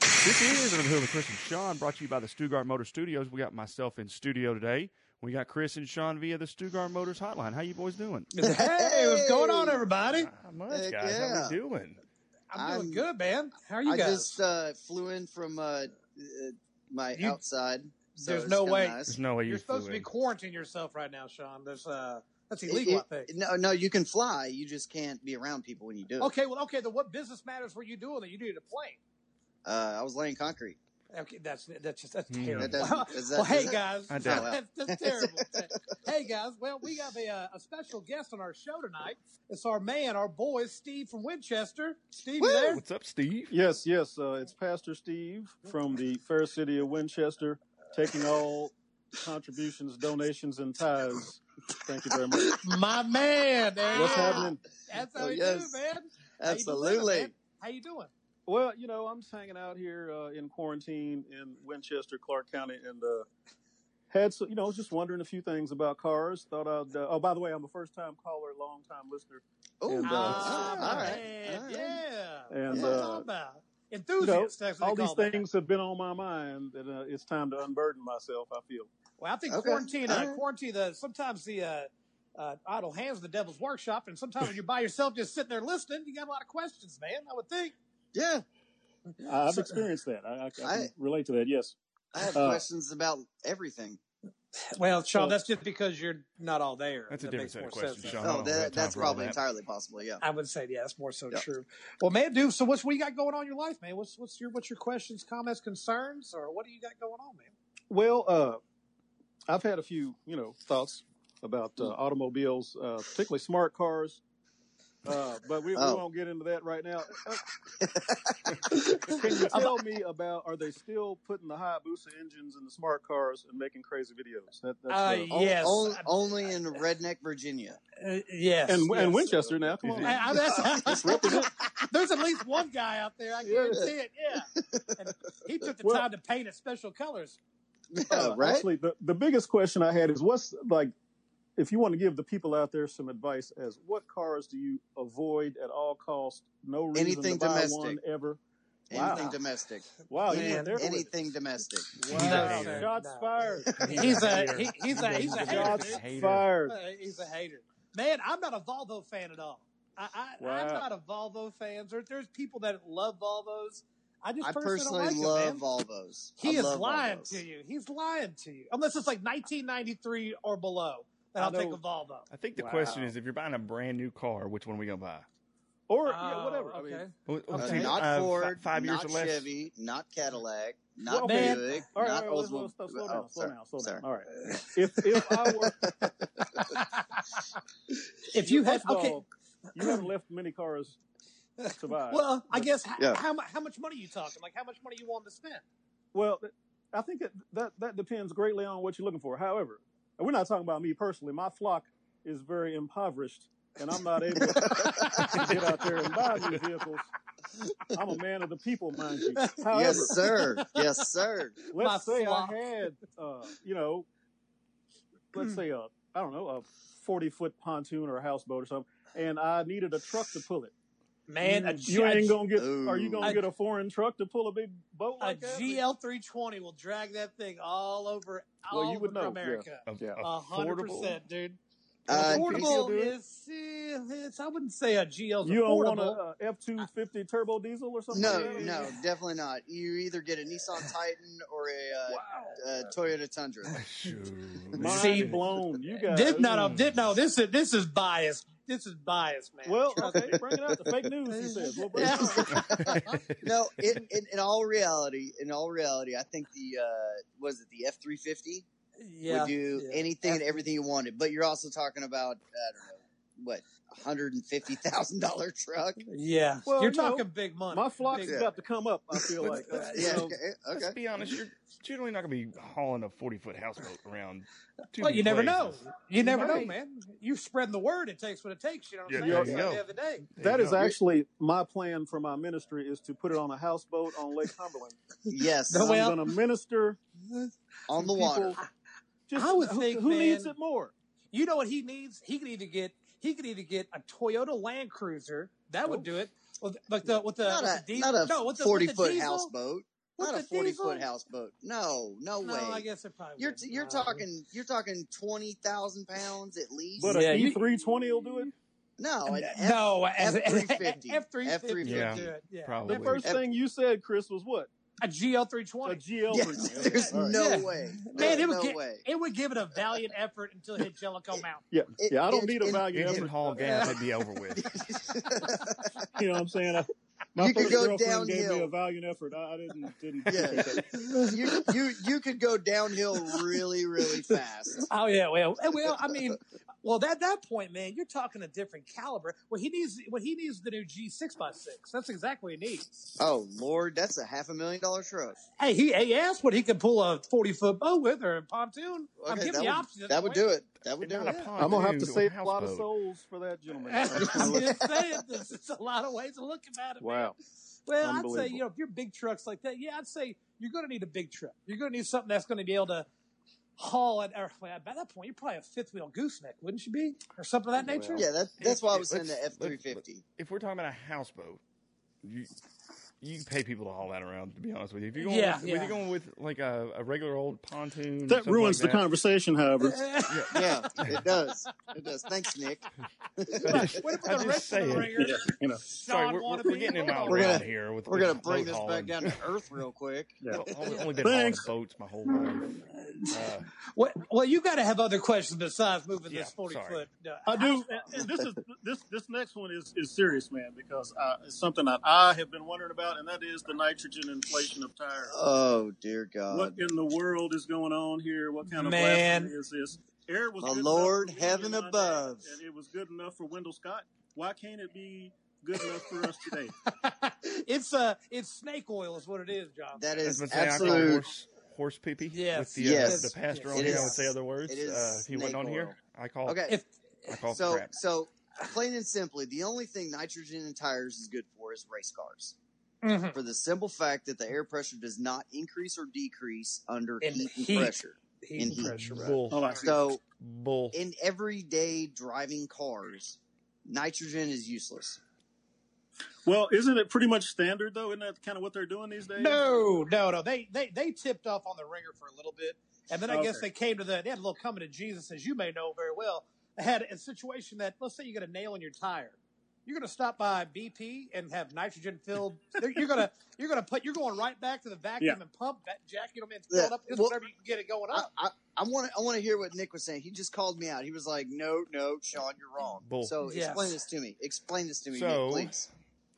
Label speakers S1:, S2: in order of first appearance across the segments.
S1: This is Under the Hood with Chris and Sean, brought to you by the Stuttgart Motor Studios. We got myself in studio today. We got Chris and Sean via the Stuttgart Motors Hotline. How you boys doing?
S2: Hey, what's going on, everybody?
S1: Not much,
S3: Heck
S1: guys. How
S3: yeah.
S1: we doing?
S2: I'm doing
S3: I'm-
S2: good, man. How are you
S3: I
S2: guys?
S3: just uh, flew in from uh, uh, my
S2: You-
S3: outside. So
S2: There's
S3: it's
S2: no
S3: kinda
S2: way.
S3: nice.
S1: There's no way
S2: You're
S1: you
S2: supposed to
S1: flew
S2: be
S1: in.
S2: quarantining yourself right now, Sean. There's uh, that's
S3: It-
S2: illegal,
S3: it-
S2: I think.
S3: No, no, you can fly. You just can't be around people when you do it.
S2: Okay, well, okay. Then what business matters were you doing that you needed a plane?
S3: Uh, I was laying concrete.
S2: Okay, that's that's just that's
S1: Hmm.
S2: terrible.
S1: That
S3: doesn't- is that-
S2: well, hey
S3: is that-
S2: guys,
S1: I doubt
S3: it.
S2: that's, that's terrible. hey guys, well, we have a, uh, a special guest on our show tonight. It's our man, our boy, Steve from Winchester. Steve, you there?
S1: What's up, Steve?
S4: Yes, yes. Uh, it's Pastor Steve from the fair city of Winchester, taking all contributions, donations, and tithes. Thank you very much.
S2: My man. there
S4: What's
S2: you are.
S4: happening?
S2: That's how
S3: Oh,
S2: you
S3: yes.
S2: do, man. How you doing,
S3: Absolutely.
S2: man? How you doing?
S4: Well, you know, I'm just hanging out here uh, in quarantine in Winchester, Clark County, and uh, had so you know, I was just wondering a few things about cars. Thought I'd. Uh, oh, by the way, I'm a first time caller, long time listener,
S3: Oh,
S4: And, uh,
S2: Ah,
S3: all right.
S2: man,
S3: all right.
S2: Yeah.
S4: and
S2: That's what I'm talking
S4: uh,
S2: about. Enthusiasts, that's what
S4: all
S2: they
S4: these
S2: call that.
S4: things have been on my mind, and uh, it's time to unburden myself. I feel.
S2: Well, I think
S3: Okay.
S2: quarantine,
S3: All
S2: uh,
S3: right.
S2: quarantine, the, sometimes the uh, uh, idle hands of the devil's workshop, and sometimes when you're by yourself just sitting there listening, you got a lot of questions, man, I would think.
S3: Yeah.
S4: I- I've
S2: So-
S4: experienced that. I, I, I can
S3: I-
S4: relate to that. Yes.
S3: I have
S4: Uh,
S3: questions about everything.
S2: Well, Sean,
S4: Well-
S2: that's just because you're not all there.
S1: That's a
S2: That
S1: different
S2: makes
S1: set of
S2: more
S1: questions,
S2: sense.
S1: Sean. I
S3: Oh,
S1: don't have time
S3: that, that's
S1: for all
S3: probably
S1: that.
S3: entirely possible. Yeah.
S2: I would say, yeah, that's more so
S3: Yeah.
S2: true. Well, man, dude, so what's what you got going on in your life, man? What's what's your what's your questions, comments, concerns, or what do you got going on, man?
S4: Well, uh, I've had a few, you know, thoughts about uh, automobiles, uh, particularly smart cars. Uh, but we,
S3: Oh.
S4: we won't get into that right now. Uh, Can you tell me about? Are they still putting the Hayabusa engines in the smart cars and making crazy videos? That, that's,
S2: Uh, yeah.
S4: uh,
S2: Yes.
S3: O- on- only in redneck Virginia.
S2: Uh, yes,
S4: and and
S2: yes.
S4: Winchester now. Come on,
S1: Yeah.
S2: I, I, that's, there's at least one guy out there. I
S4: Yeah.
S2: guarantee it. Yeah, and he took the
S4: Well-
S2: time to paint it special colors.
S3: Yeah, Oh,
S2: uh,
S3: right?
S4: Actually, the, the biggest question I had is what's like, if you want to give the people out there some advice as what cars do you avoid at all costs? No reason
S3: Anything
S4: to buy
S3: domestic.
S4: one ever. Wow.
S3: anything domestic.
S4: Wow, you
S2: Oh, Man,
S4: went there with it.
S3: Anything domestic.
S4: Wow,
S1: No, sir,
S4: shots
S2: no.
S4: fired.
S2: He's a he, he's a he's a hater.
S4: Shots
S2: dude.
S1: Hater.
S4: fired.
S2: Uh, He's a hater. Man, I'm not a Volvo fan at all. I, I, I'm
S4: Wow.
S2: not a Volvo fan. There, there's people that love Volvos. I just
S3: I
S2: personally,
S3: personally
S2: don't like
S3: love
S2: them, man.
S3: Volvos. I
S2: He is
S3: love
S2: lying
S3: Volvos.
S2: to you. He's lying to you. Unless it's like 1993 or below, then
S4: I
S2: I'll take
S4: know-
S2: a Volvo.
S1: I think the
S4: Wow.
S1: question is, if you're buying a brand new car, which one are we gonna buy?
S4: Or yeah, whatever.
S2: Oh,
S4: I
S2: okay.
S4: mean,
S1: Well,
S2: Okay.
S1: see,
S3: Not
S1: uh, fi-
S3: Ford,
S1: five years
S3: not
S1: or less.
S3: Chevy, not Cadillac, not
S4: Well, man.
S3: Buick,
S4: all right,
S3: not
S4: all right, let's-
S3: Oldsmobile.
S4: let's- let's slow
S3: oh,
S4: down, slow
S3: sorry,
S4: down, slow
S3: sorry.
S4: down. All right. If if I were,
S2: if you had
S4: first of
S2: okay,
S4: all, you haven't left many cars to buy. Well,
S2: well, I guess h-
S3: Yeah.
S2: how mu- how much money you talking? Like how much money you want to spend?
S4: I think that, that that depends greatly on what you're looking for. However, and we're not talking about me personally. My flock is very impoverished, and I'm not able to get out there and buy new vehicles. I'm a man of the people, mind you. However,
S3: Yes, sir. Yes, sir.
S4: let's
S2: My
S4: say
S2: flock.
S4: I had, uh, you know, let's
S2: Hmm.
S4: say a, I don't know, a forty foot pontoon or a houseboat or something, and I needed a truck to pull it.
S2: Man, a,
S4: you ain't gonna get.
S3: Ooh.
S4: Are you gonna
S2: A-
S4: get a foreign truck to pull a big boat
S2: a
S4: like that?
S2: GL320 will drag that thing all over all
S4: Well, you would
S2: over
S4: know, yeah.
S2: America.
S1: A-
S4: Yeah.
S2: A hundred
S1: affordable?
S2: percent, dude.
S3: Uh,
S2: affordable
S1: do it?
S2: is eh, it's, I wouldn't say a GL's
S4: You don't want
S2: affordable.
S4: a uh, F two fifty turbo diesel or something?
S3: no,
S4: like that?
S3: no, definitely not. You either get a Nissan Titan or a, uh, uh Toyota Tundra.
S1: Shoot.
S4: Mind
S2: See-
S4: blown. You guys
S2: Did not
S4: Mm.
S2: a, did no. This is this is biased. This is biased, man.
S4: Well,
S2: Trust
S4: okay,
S2: me.
S4: bring it out. The fake news. He says. Well, bring it
S2: Yeah.
S4: out.
S3: No, in, in, in all reality, in all reality, I think the uh, was it the F three fifty
S2: yeah.
S3: would do
S2: yeah.
S3: anything and everything you wanted. But you're also talking about I don't know what hundred and fifty thousand dollar truck.
S2: Yeah,
S4: Well,
S2: you're
S4: no.
S2: talking big money.
S4: My flock's
S2: Big-
S4: about to come up. I feel like. Uh, you
S3: Yeah,
S4: know,
S3: okay,
S1: Let's
S3: okay.
S1: be honest. You're generally not gonna be hauling a 40 foot houseboat around. too
S2: Well,
S1: many
S2: you never know.
S1: places.
S2: You never know,
S1: might.
S2: man. You spread the word. It takes what it takes. You know what
S1: Yeah,
S2: I'm
S1: there
S2: saying?
S1: you
S2: Like
S1: go.
S2: The other day.
S4: That is
S1: Yeah.
S4: actually my plan for my ministry is to put it on a houseboat on Lake Cumberland.
S3: Yes,
S2: No,
S4: I'm
S2: well-
S4: going to minister
S3: on the
S4: to people.
S3: water.
S4: Just,
S2: I would
S4: who,
S2: think,
S4: who
S2: man-
S4: needs it more?
S2: You know what he needs? He could either get he could either get a Toyota Land Cruiser that would
S4: Oh.
S2: do it, with, but the with the,
S3: not
S2: with
S3: a
S2: the diesel,
S3: not a
S2: no, with the,
S3: forty
S2: with the
S3: foot
S2: diesel,
S3: houseboat.
S2: With
S3: not
S2: the
S3: a forty
S2: diesel?
S3: foot houseboat. No, no,
S2: No,
S3: way.
S2: I guess it probably.
S3: You're
S2: wouldn't.
S3: you're
S2: No.
S3: talking you're talking twenty thousand pounds at least.
S4: But
S5: Yeah,
S4: a
S5: you-
S4: E three twenty will do it.
S3: no, an F,
S2: no,
S3: F350.
S2: F three fifty.
S1: Yeah.
S2: yeah.
S1: Probably.
S4: The first
S3: F-
S4: thing you said, Chris, was what?
S2: A GL three
S4: A
S2: twenty.
S4: GL.
S3: yes,
S4: version.
S3: there's
S4: All right.
S3: no
S2: Yeah.
S3: way.
S2: Man,
S3: There's
S2: it would
S3: no
S2: get-
S3: way.
S2: It would give it a valiant effort until it hit Jellicoe Mountain.
S4: Yeah,
S3: It-
S4: yeah. I don't
S3: it-
S4: need a
S3: it-
S4: value
S1: Engine
S4: effort.
S1: haul gas, that'd be over with.
S4: You know what I'm saying? I, my
S3: You could
S4: first
S3: go
S4: girlfriend gave me
S3: downhill.
S4: a value effort. I, I didn't didn't
S3: Yeah.
S4: appreciate that.
S3: you you you could go downhill really really fast.
S2: Oh yeah, well, eh, well, I mean, well, that that point, man, you're talking a different caliber. Well, he needs, well, he needs the new G six x six. That's exactly what he needs.
S3: Oh lord, that's a half a million dollar truck.
S2: Hey, he, he asked what he could pull a forty foot boat with or a pontoon. I'm
S3: Okay,
S2: giving
S3: that
S2: the
S3: would-
S2: options.
S3: That would do it. That would do
S1: Not a
S3: it.
S1: pontoon,
S4: I'm gonna have to
S1: a
S4: save a lot of
S1: houseboat.
S4: souls for that gentleman.
S2: I'm just saying, this is a lot of ways of looking at it. man.
S4: wow.
S2: Well, I'd say
S4: Unbelievable.
S2: you know if you're big trucks like that, yeah, I'd say you're going to need a big truck. You're going to need something that's going to be able to haul it. Or well, by that point, you're probably a fifth wheel gooseneck, wouldn't you be, or something of that nature?
S4: Well,
S3: Yeah, that, that's why I was
S1: Let's-
S3: saying the F
S1: let's-
S3: three fifty.
S1: If we're talking about a houseboat, you you pay people to haul that around. To be honest with you, if you're going,
S2: Yeah,
S1: with, if
S2: yeah.
S1: you're going with like a, a regular old pontoon, or
S4: That
S1: something like
S4: ruins the
S1: that,
S4: conversation, however.
S3: Yeah, it does. It does. Thanks, Nick.
S2: What if
S1: I'm
S2: the
S1: just
S2: rest of
S1: saying.
S2: the ringer?
S4: Yeah, you know.
S1: Sorry,
S2: Sean
S1: we're, we're,
S2: wannabe?
S1: we're getting in my own
S2: Hold on.
S3: We're
S1: round
S3: gonna-
S1: here. With
S3: We're
S1: with
S3: gonna bring
S1: boat
S3: this
S1: hauling.
S3: back down to earth real quick.
S4: Yeah.
S1: Well, only, only been hauling
S4: Thanks.
S1: boats my whole life. Uh,
S2: Well, well, you got to have other questions besides moving
S1: Yeah,
S2: this forty
S1: sorry.
S2: foot. Uh,
S4: I do. and- and this is this this next one is is serious, man, because uh, it's something that I have been wondering about, and that is the nitrogen inflation of tires.
S3: Oh dear
S4: what
S3: God,
S4: in the world is going on here? What kind of
S2: Man.
S4: blasphemy is this? Air was
S3: My
S4: good
S3: Lord,
S4: enough for
S3: heaven
S4: Leland
S3: above.
S4: and it was good enough for Wendell Scott. Why can't it be good enough for us today?
S2: it's uh, it's snake oil is what it is, John.
S3: that
S1: as
S3: is
S1: been saying, I call
S3: absolute.
S1: horse horse pee pee.
S2: Yes.
S1: with the,
S3: Yes.
S1: uh, the pastor on
S3: It
S1: here, I
S3: is-
S1: would say other words.
S3: it is
S1: uh, if he wasn't
S3: snake
S1: on here, I call
S3: Okay,
S2: if
S1: I call
S3: so
S1: crap.
S3: so plain and simply, the only thing nitrogen in tires is good for is race cars.
S2: mhm.
S3: For the simple fact that the air pressure does not increase or decrease under
S2: In
S3: heat and
S2: heat.
S3: pressure.
S2: Heat
S3: In
S2: and
S3: heat.
S2: pressure, right?
S1: Bull,
S4: All I see.
S3: So
S1: bull.
S3: in everyday driving cars, nitrogen is useless.
S4: Well, isn't it pretty much standard though? Isn't that kind of what they're doing these days?
S2: No, no, no. They they they tipped off on the ringer for a little bit, and then I guess
S4: Okay.
S2: they came to the they had a little coming to Jesus, as you may know very well. They had a situation that let's say you got a nail in your tire, you're going to stop by BP and have nitrogen filled. you're gonna you're gonna put you're going right back to the vacuum
S4: Yeah.
S2: and pump that jack. You know, man,
S3: Yeah.
S2: fill it up just
S3: Well-
S2: whatever you can get it going
S3: I,
S2: up.
S3: I, I want to I want to hear what Nick was saying. He just called me out. He was like, "No, no, Sean, you're wrong."
S1: Bull.
S3: So
S2: Yes.
S3: explain this to me. Explain this to me,
S1: So-
S3: Nick, please.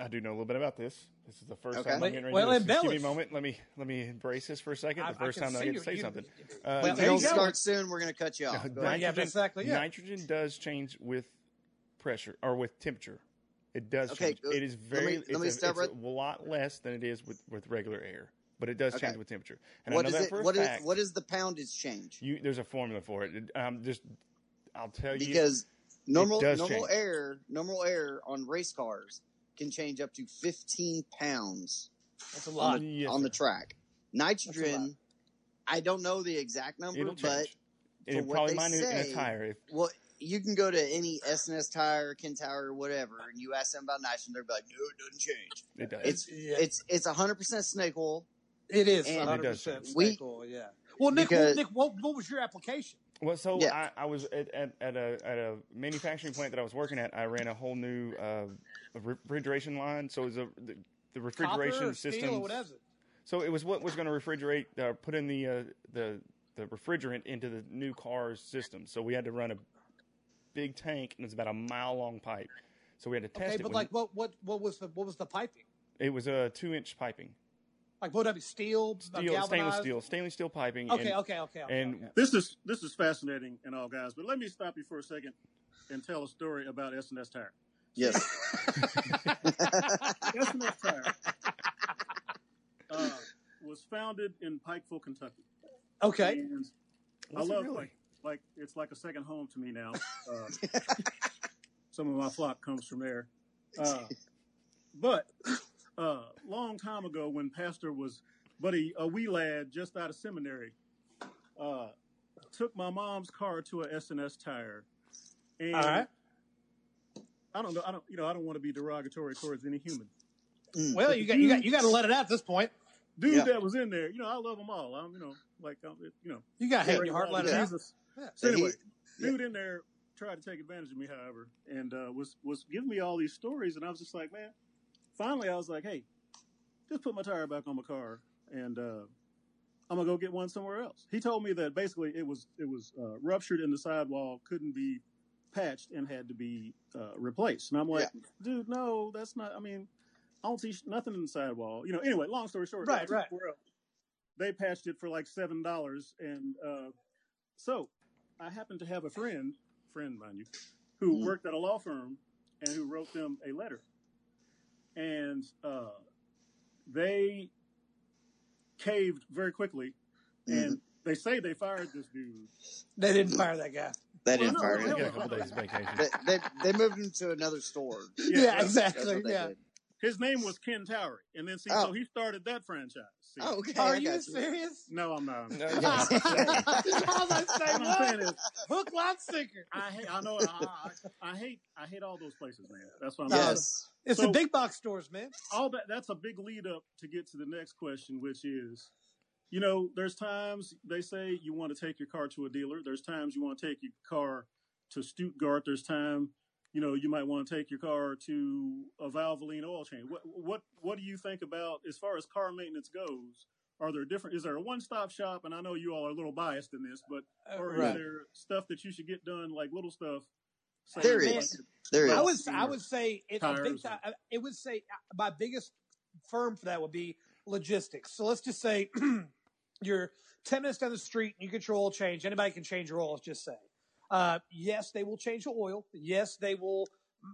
S1: I do know a little bit about this. This is the first
S3: Okay.
S1: time I'm
S3: Wait,
S1: getting ready
S2: well,
S1: to do this. Just give me a
S2: embellish.
S1: moment. Let me let me embrace this for a second.
S2: I-
S1: The
S2: I
S1: first
S2: can
S1: time that I
S2: see
S1: get
S2: you-
S1: to say
S2: you-
S1: something.
S2: you-
S1: Uh,
S2: Well,
S3: If
S2: there
S3: you don't
S2: you go.
S3: start soon, we're gonna cut you off.
S1: No,
S3: Go
S1: no.
S3: ahead.
S2: yeah,
S1: nitrogen-
S2: exactly. Yeah.
S1: Nitrogen does change with pressure or with temperature. It does
S3: Okay,
S1: change.
S3: uh,
S1: It is very.
S3: me-
S1: it's
S3: let me
S1: a,
S3: stop
S1: it's
S3: right-
S1: a lot less than it is with, with regular air, but it does
S3: Okay.
S1: change with temperature. And
S3: What
S1: I know
S3: is
S1: that
S3: it?
S1: for a
S3: What is
S1: fact.
S3: what is the poundage change?
S1: you, there's a formula for it. It- Um, just I'll tell you.
S3: Because normal
S1: does
S3: normal
S1: change.
S3: air normal air on race cars can change up to 15 pounds
S2: That's a
S3: on
S2: lot.
S3: the,
S1: Yes,
S3: on the
S1: sir.
S3: track. Nitrogen,
S2: lot.
S3: I don't know the exact number,
S1: it'll
S3: but
S1: change. It'll
S3: what
S1: probably
S3: they
S1: mine in a
S3: say-
S1: tire. If,
S3: Well, you can go to any SNS tire, Kentire, or whatever, and you ask them about nitrogen, they'll be like, "No, it doesn't change.
S1: it does.
S3: It's
S2: Yeah.
S3: it's it's hundred percent snake oil."
S2: It is
S3: And it
S2: 100
S1: does
S2: percent
S3: change. We-
S2: cool. Yeah. Well, Nick,
S3: Because-
S2: Nick, what, what was your application?
S1: Well, so
S3: Yeah.
S1: I, I was at, at, at a at a manufacturing plant that I was working at. I ran a whole new uh, refrigeration line. So it was a, the, the
S2: Copper or
S1: refrigeration
S2: steel or
S1: system.
S2: what is it?
S1: So it was what was going to refrigerate, uh, put in the uh, the the refrigerant into the new car's system. So we had to run a big tank, and it's about a mile long pipe. So we had to test
S2: Okay,
S1: it.
S2: but
S1: when-
S2: like, what what what was the what was the piping?
S1: it was a two inch piping,
S2: Like what would that be? Steel,
S1: steel,
S2: galvanized?
S1: stainless steel, stainless steel piping.
S2: Okay,
S1: and,
S2: okay, okay, okay.
S1: and
S2: okay.
S4: This is this is fascinating and all, guys. But let me stop you for a second and tell a story about S&S Tire.
S3: Yes,
S4: S&S Tire uh, was founded in Pikeville, Kentucky.
S2: okay.
S4: And I
S1: Was it
S4: love
S1: really?
S4: like like it's like a second home to me now. Uh, some of my flock comes from there, uh, but uh, long time ago when Pastor was buddy a wee lad just out of seminary, uh, took my mom's car to a S&S tire, and
S2: All right.
S4: I don't know. I don't you know I don't want to be derogatory towards any human.
S2: Well, you got you got you got to let it out at this point.
S4: dudes
S3: Yeah.
S4: that was in there. You know, I love them all. I'm, you know, like I'm, you know,
S2: You got hate in
S4: praise
S2: your heart,
S4: God,
S2: let it out.
S4: Jesus.
S2: Yeah.
S4: So
S3: That he-
S4: anyway, dude in there tried to take advantage of me, however, and uh, was was giving me all these stories, and I was just like, man. Finally, I was like, hey, just put my tire back on my car, and uh, I'm gonna go get one somewhere else. He told me that basically it was it was uh, ruptured in the sidewall, couldn't be patched, and had to be uh, replaced. And I'm like, dude, no, that's not. I mean, I don't see sh- nothing in the sidewall. You know. Anyway, long story short,
S2: Right,
S4: I took it
S2: right.
S4: somewhere else. They patched it for like seven dollars, and uh, so I happened to have a friend, friend, mind you, who
S2: Mm-hmm.
S3: Mm.
S4: worked at a law firm and who wrote them a letter, and uh, they caved very quickly,
S3: Mm-hmm.
S4: and they say they fired this dude.
S2: They didn't fire that guy.
S3: They
S4: Well,
S3: didn't
S4: no,
S3: fire
S4: no,
S1: He
S3: him.
S1: got a couple days vacation.
S3: They, they, they moved him to another store.
S2: Yeah,
S4: that's-
S3: That's
S2: exactly.
S3: what they
S2: Yeah.
S3: did.
S4: His name was Ken Towery, and then see, so
S3: Oh.
S4: he started that franchise. see.
S3: Oh, okay.
S2: Are
S3: I
S2: you
S3: got
S2: serious?
S4: No, I'm not.
S1: No,
S3: Yeah.
S1: yeah.
S2: I was like,
S4: What I'm
S2: what?
S4: saying is,
S2: Hook, line, sinker.
S4: I hate. I know. I, I, I hate. I hate all those places, man. That's what I'm. saying.
S3: Yes.
S2: It's
S4: So-
S2: the big box stores, man.
S4: all that that's a big lead up to get to the next question which is you know there's times they say you want to take your car to a dealer there's times you want to take your car to stuttgart there's time you know you might want to take your car to a valvoline oil change what what what do you think about as far as car maintenance goes are there different is there a one-stop shop and i know you all are a little biased in this but
S2: Uh,
S4: or
S3: Oh, Right.
S4: is there stuff that you should get done like little stuff say,
S3: There
S4: like-
S3: is. There is.
S2: I would I would say it, a big
S4: Tires.
S2: time, it would say uh, my biggest firm for that would be logistics. So let's just say you're ten minutes down the street and you get your oil change. Anybody can change your oil. Let's just say, uh, yes, they will change the oil. Yes, they will.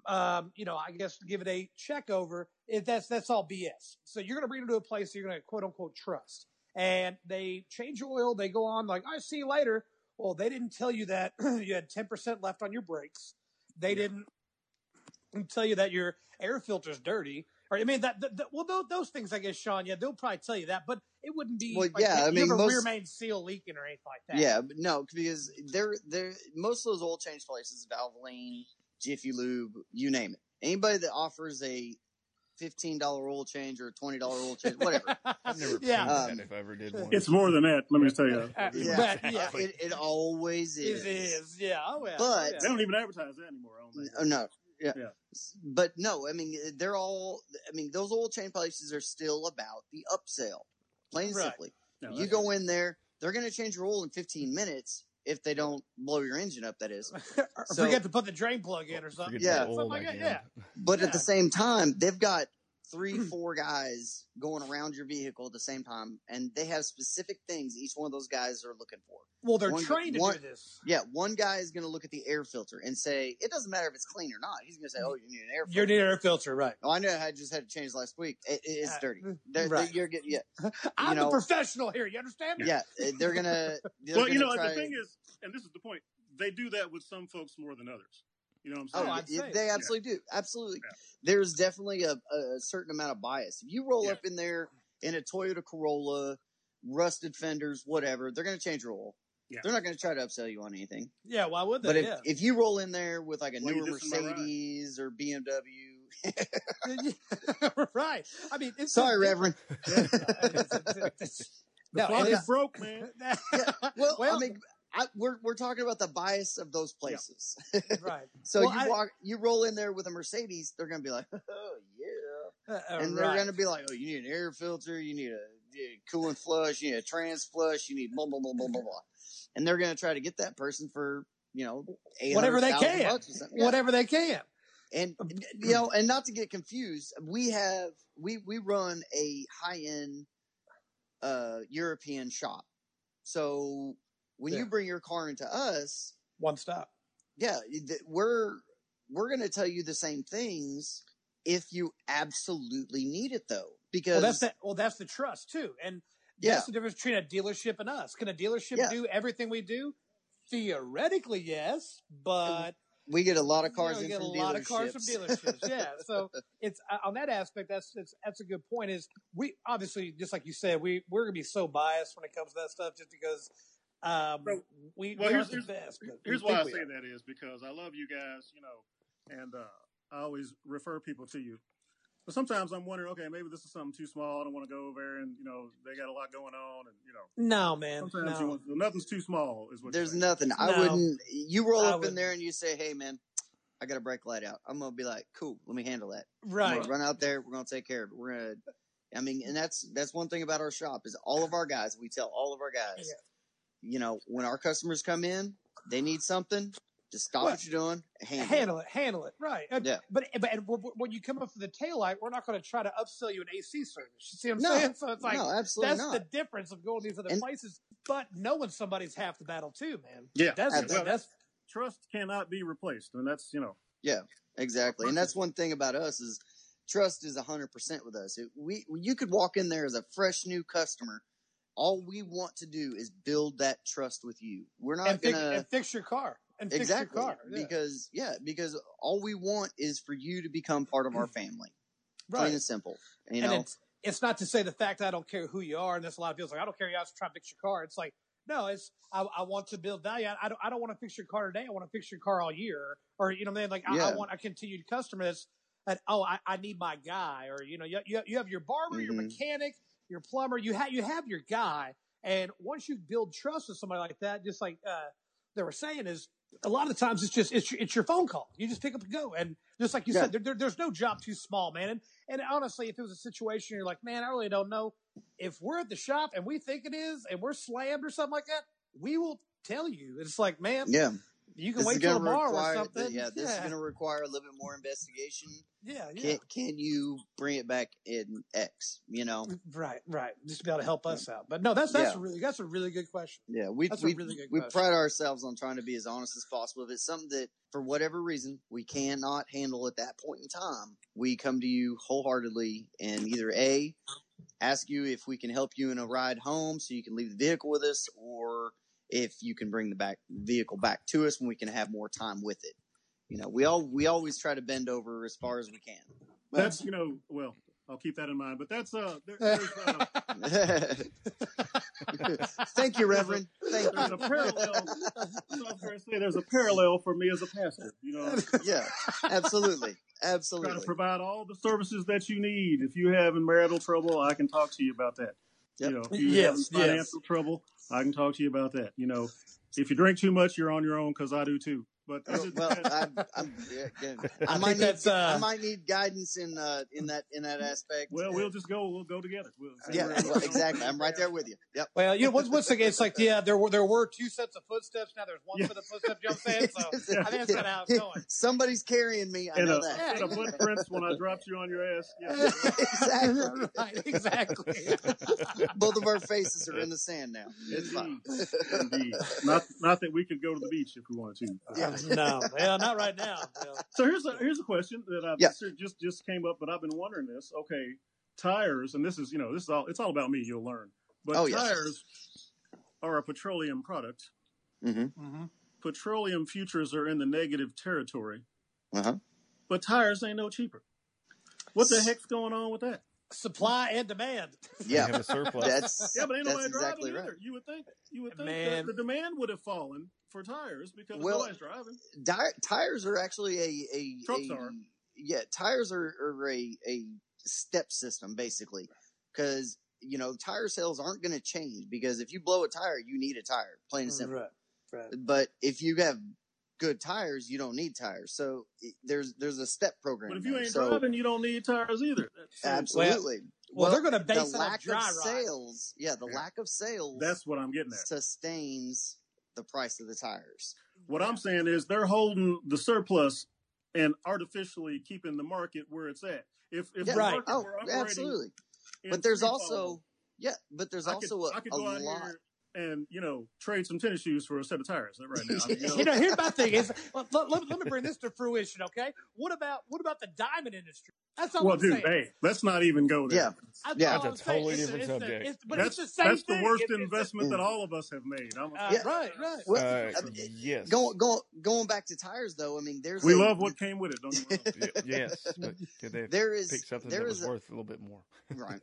S2: Um, you know, I guess give it a check over. If that's that's all BS. So you're going to bring them to a place that you're going to quote unquote trust, and they change your oil. They go on like I see you later. Well, they didn't tell you that you had ten percent left on your brakes. They didn't and tell you that your air filter's dirty. Or I mean that, that, that- well those, those things I guess Sean yeah they'll probably tell you that but it wouldn't be
S3: Well,
S2: like
S3: yeah,
S2: that
S3: I
S2: you
S3: mean,
S2: have a
S3: most-
S2: rear main seal leaking or anything like that.
S3: Yeah, but no, because they're they're most of those oil change places, Valvoline, Jiffy Lube, you name it. Anybody that offers a fifteen dollar oil change or a twenty dollar oil change, whatever.
S1: I've never
S2: yeah.
S1: painted
S3: Um,
S1: that if I ever did one.
S4: it's more than that let me just tell you
S2: Uh,
S3: Yeah.
S2: but, yeah,
S1: Exactly.
S3: it, it always
S2: it is.
S3: is.
S2: yeah. Oh, yeah.
S3: But-
S2: oh,
S4: They
S2: yeah.
S4: don't even advertise that anymore. I don't think.
S3: Oh, no. Yeah.
S4: Yeah.
S3: But no, I mean they're all. I mean those oil change places are still about the upsell. Plain and
S2: Right.
S3: simply,
S4: No,
S3: you
S4: that's-
S3: go in there, they're going to change your oil in fifteen minutes if they don't blow your engine up. That is.
S2: Or
S3: So-
S2: forget to put the drain plug in or something.
S1: Forget
S3: Yeah.
S1: about
S2: Something
S1: oil
S2: like that,
S1: again.
S3: But
S2: Yeah.
S3: at the same time, they've got three, four guys going around your vehicle at the same time, and they have specific things each one of those guys are looking for.
S2: Well, they're
S3: One-
S2: trained to
S3: one-
S2: do this.
S3: Yeah, one guy is going to look at the air filter and say, it doesn't matter if it's clean or not. He's going to say, oh, you need an air filter.
S2: You need an air filter, right?
S3: oh, I know I just had to change last week. It, it- it's
S2: Uh,
S3: dirty. They're,
S2: right.
S3: they're, you're getting, yeah,
S2: I'm
S3: know-
S2: a professional here. You understand me?
S3: yeah, eh, they're going to.
S4: Well, you know, and the thing is, and this is the point, they do that with some folks more than others. You know what I'm
S3: Oh,
S4: saying?
S2: I'd
S3: yeah,
S2: say.
S3: they absolutely do. Absolutely.
S4: uh, Yeah.
S3: There's definitely a, a certain amount of bias. If you roll
S4: Yeah.
S3: up in there in a Toyota Corolla, rusted fenders, whatever, they're going to change your oil.
S4: Yeah.
S3: They're not going to try to upsell you on anything.
S2: Yeah. Why would they?
S3: But if,
S2: yeah.
S3: if you roll in there with like a
S4: Well, you
S3: newer
S4: just in my ride.
S3: Mercedes or BMW,
S2: right. I mean, it's
S3: sorry, Reverend.
S4: the
S2: no,
S4: clock
S2: it
S4: is
S2: is-
S4: broke, man.
S3: Well,
S2: Well-
S3: I mean, I, we're we're talking about the bias of those places.
S2: right.
S3: So
S2: Well,
S3: you
S2: I-
S3: walk, you roll in there with a Mercedes, they're going to be like, oh yeah.
S2: Uh, uh,
S3: and they're
S2: right.
S3: going to be like, "Oh, you need an air filter, you need a, you need a coolant flush, you need a trans flush, you need blah blah blah blah blah blah," and they're going to try to get that person for you know
S2: Whatever they
S3: 800,000
S2: can.
S3: bucks or something. Yeah.
S2: whatever they can.
S3: And you know, and not to get confused, we have we we run a high end uh, European shop, so when
S2: Yeah.
S3: you bring your car into us,
S2: One stop.
S3: yeah th- we're we're going to tell you the same things if you absolutely need it though because
S2: Well, that's that. Well, that's the trust too, and
S3: yeah
S2: that's the difference between a dealership and us. Can a dealership
S3: Yeah.
S2: do everything we do? Theoretically, yes, but
S3: We get a lot of
S2: you
S3: cars
S2: know,
S3: in
S2: get
S3: from
S2: a lot of cars from
S3: dealerships.
S2: dealerships. yeah, so it's uh, on that aspect. That's it's, that's a good point. Is we obviously just like you said, we we're gonna be so biased when it comes to that stuff, just because um,
S4: Bro,
S2: we,
S4: well,
S2: we
S4: here's-
S2: aren't the best. But we
S4: Here's why I
S2: think we
S4: say
S2: are.
S4: that is because I love you guys, you know, and uh, I always refer people to you. But sometimes I'm wondering, okay, maybe this is something too small. I don't want to go over there and, you know, know, they got a lot going on, and you know,
S2: No, man.
S4: sometimes you
S2: no.
S4: want, nothing's too small. Is what
S3: There's
S4: you're saying.
S3: nothing. I
S2: No.
S3: wouldn't. You roll
S2: I
S3: up in
S2: wouldn't.
S3: there and you say, "Hey, man, I got a brake light out." I'm gonna be like, "Cool, let me handle that." I'm
S2: Right.
S3: gonna run out there. We're gonna take care of it. We're gonna. I mean, and that's that's one thing about our shop is all of our guys. We tell all of our guys, you know, when our customers come in, they need something. Just stop what,
S2: What?
S3: you're doing. and Handle. it.
S2: Handle it. Handle it. Right. And-
S3: Yeah.
S2: But but and w- w- when you come up for the taillight, we're not going to try to upsell you an AC service. You see what I'm
S3: No.
S2: saying? So it's like
S3: no, absolutely
S2: that's
S3: not.
S2: the difference of going to these other
S3: And-
S2: places. But knowing somebody's half the battle too, man.
S4: Yeah.
S2: That's
S3: Absolutely.
S2: that's
S4: Trust cannot be replaced, and that's you know,
S3: Exactly, and that's one thing about us is trust is hundred percent with us. It- We you could walk in there as a fresh new customer. All we want to do is build that trust with you. We're not
S2: and, fix,
S3: gonna
S2: and fix your car and fix
S3: exactly
S2: your car Yeah.
S3: because yeah, because all we want is for you to become part of our family. Plain
S2: Mm-hmm. right.
S3: and simple. You
S2: and
S3: know,
S2: it's it's not to say the fact that I don't care who you are, and that's a lot of people's like I don't care. You out to try to fix your car. It's like no, it's I, I want to build value. I, I don't I don't want to fix your car today. I want to fix your car all year, or you know, what I mean, like I,
S3: Yeah.
S2: I want a continued customer that's that oh I, I need my guy, or you know, you you, you have your barber, your
S3: Mhm.
S2: mechanic, your plumber. You have you have your guy, and once you build trust with somebody like that, just like uh, they were saying is. A lot of times it's just it's your- it's your phone call. You just pick up and go, and just like you
S3: Yeah.
S2: said, there, there, there's no job too small, man. And and honestly, if it was a situation you're like, man, I really don't know. If we're at the shop and we think it is, and we're slammed or something like that, we will tell you. It's like, man,
S3: yeah.
S2: you can
S3: This is
S2: wait till
S3: gonna
S2: tomorrow or
S3: require
S2: something.
S3: yeah, this is
S2: yeah,
S3: gonna require a little bit more investigation.
S2: yeah, yeah.
S3: Can can you bring it back in X? You know?
S2: Right, right. Just to be able to help us out. But no, that's that's
S3: Yeah.
S2: a really that's a really good question.
S3: Yeah, we
S2: That's a
S3: we,
S2: really good
S3: we
S2: question.
S3: pride ourselves on trying to be as honest as possible. If it's something that, for whatever reason, we cannot handle at that point in time, we come to you wholeheartedly and either a ask you if we can help you in a ride home so you can leave the vehicle with us, or if you can bring the back vehicle back to us when we can have more time with it. You know, we all we always try to bend over as far as we
S4: that's you know, well, I'll keep that in mind. But that's uh, there, there's, uh,
S3: can. Thank you, Reverend. Thank
S4: there's a
S3: you.
S4: parallel. I was gonna say there's a parallel for me as a pastor. You know,
S3: Yeah, absolutely,
S4: try to
S3: absolutely.
S4: provide all the services that you need. If you have marital trouble, I can talk to you about that.
S3: Yep.
S4: You know, if you
S2: Yes,
S4: have
S2: yes.
S4: financial trouble, I can talk to you about that. You know, if you drink too much, you're on your own because I do too. But
S3: Oh, well, I, I'm, yeah, yeah. I,
S2: I
S3: might
S2: think
S3: need,
S2: that's uh,
S3: I might need guidance in uh, in that in that aspect. Uh,
S4: well, we'll just go. We'll go together. We'll,
S3: yeah, well, exactly. I'm right there with you. Yep.
S2: well, you know, once, once again, it's like yeah, there were there were two sets of footsteps. Now there's one
S4: Yeah.
S2: set of footsteps. You know what I'm saying? So I think that's kind of how it's going.
S3: Somebody's carrying me. I
S4: And
S3: know
S4: a
S3: that.
S4: set of footprints when I dropped you on your ass. Yeah.
S3: Exactly.
S2: right, exactly.
S3: Both of our faces are in the sand now. It's fine.
S4: Indeed. Indeed. Not, not that we could go to the beach if we wanted
S3: Yeah.
S4: to.
S2: no, well, not right now. Well,
S4: So here's a here's a question that I've
S3: Yeah.
S4: ser- just just came up, but I've been wondering this. Okay, tires, and this is you know this is all it's all about me. You'll learn, but
S3: Oh, yes.
S4: tires are a petroleum product.
S3: Mm-hmm.
S4: Petroleum futures are in the negative territory,
S3: Uh-huh.
S4: but tires ain't no cheaper. What the heck's going on with that?
S2: Supply and demand.
S1: Yeah.
S3: Yeah.
S1: have a surplus.
S3: That's
S4: Yeah, but ain't
S3: that's
S4: nobody
S3: exactly
S4: driving
S3: right.
S4: either. You would think you would think
S2: Man.
S4: that the demand would have fallen for tires because
S3: Well,
S4: nobody's driving.
S3: Di- tires are actually a a,
S4: Trucks
S3: a-
S4: are.
S3: yeah tires are, are a a step system basically because you know tire sales aren't going to change because if you blow a tire you need a tire plain and simple
S2: Right, right.
S3: but if you have good tires you don't need tires so it- there's there's a step program
S4: But if you
S3: there.
S4: ain't
S3: so
S4: driving, you don't need tires either. So
S3: absolutely
S2: Well, they're going to
S3: the
S2: base it on
S3: lack
S2: dry
S3: of
S2: rot.
S3: sales yeah the
S4: Yeah.
S3: lack of sales
S4: that's what I'm getting at.
S3: sustains the price of the tires
S4: What I'm saying is they're holding the surplus and artificially keeping the market where it's at. If if
S3: Yeah.
S4: the
S2: Right.
S4: market
S3: oh
S4: were operating
S3: absolutely
S4: in
S3: but there's
S4: free
S3: also
S4: fall,
S3: yeah, but there's
S4: I could,
S3: also
S4: I could
S3: a, a
S4: go out
S3: lot.
S4: here and you know trade some tennis shoes for a set of tires right now. I mean, you know,
S2: You know, here's my thing is let, let, let me bring this to fruition, okay? What about what about the diamond industry? That's all
S4: well,
S2: I'm
S4: dude,
S2: saying.
S4: hey, let's not even go there.
S3: Yeah,
S2: That's
S3: yeah.
S2: all
S1: That's a
S2: I'm saying.
S1: totally
S2: It's
S1: different
S2: it's
S1: subject.
S2: it's- but
S4: that's,
S2: it's the same
S4: that's
S2: thing.
S4: the worst
S2: It's- it's-
S4: investment
S3: Mm.
S4: that all of us have made. I'm,
S2: uh,
S3: Yeah.
S2: Right, right.
S3: Well,
S1: Uh,
S3: I mean,
S1: yes.
S3: go, go, going back to tires though. I mean, there's
S4: we
S3: a-
S4: love what came with it. Don't you
S1: Y- yes, but could they
S3: there
S1: pick
S3: is.
S1: something that
S3: There
S1: was
S3: is a-
S1: worth a little bit more?
S3: right.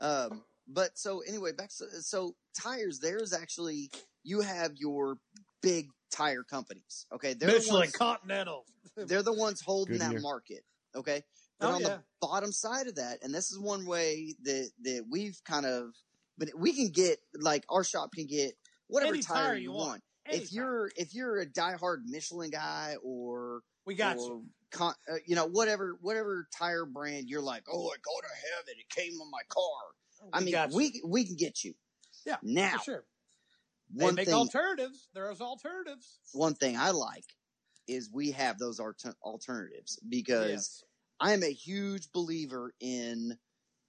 S3: Um, but so anyway, back so, so tires. There is actually you have your big tire companies. Okay, they're the
S2: Michelin
S3: ones,
S2: Continental.
S3: they're the ones holding
S1: Goodyear.
S3: that market. Okay, but
S2: Oh,
S3: on
S2: yeah.
S3: the bottom side of that, and this is one way that that we've kind of but we can get like our shop can get whatever
S2: Any
S3: tire, you want.
S2: Anytime.
S3: If you're if you're a diehard Michelin guy or
S2: we got
S3: or
S2: you.
S3: Con, uh, you know whatever whatever tire brand you're like oh I go to heaven it came on my car I
S2: We
S3: mean
S2: got you.
S3: we we can get you
S2: Yeah,
S3: now
S2: for sure. They
S3: one
S2: make
S3: thing
S2: alternatives. There's alternatives.
S3: one thing I like is we have those alter- alternatives because
S2: Yes.
S3: I'm a huge believer in.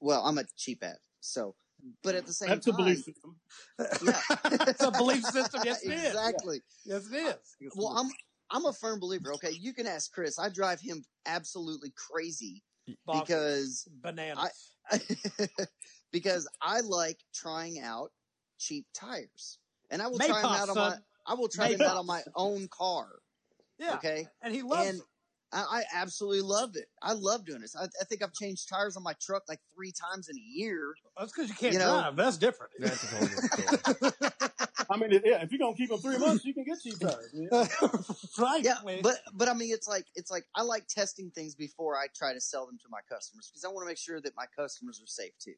S3: Well, I'm a cheap ass, so but at the same
S4: That's a
S3: time,
S4: belief system.
S3: yeah,
S2: it's a belief system. Yes, it is.
S3: exactly.
S2: Yes, it is.
S3: Well, I'm I'm a firm believer. Okay, you can ask Chris. I drive him absolutely crazy
S2: Bob,
S3: because
S2: bananas.
S3: because I like trying out cheap tires, and I will
S2: May
S3: try them
S2: pop,
S3: out on
S2: son.
S3: my I will try them
S2: Maypop.
S3: out on my own car.
S2: yeah,
S3: Okay,
S2: and he loves
S3: and
S2: them.
S3: I, I absolutely loved it. I love doing this. I, I think I've changed tires on my truck like three times in a year.
S2: That's because you can't
S3: you know-
S2: drive. That's different.
S1: That's a whole different story.
S4: I mean, yeah, if you're gonna keep them three months, you can get cheap tires. Yeah.
S2: right.
S3: Yeah,
S2: man.
S3: but but I mean, it's like it's like I like testing things before I try to sell them to my customers because I want to make sure that my customers are safe too.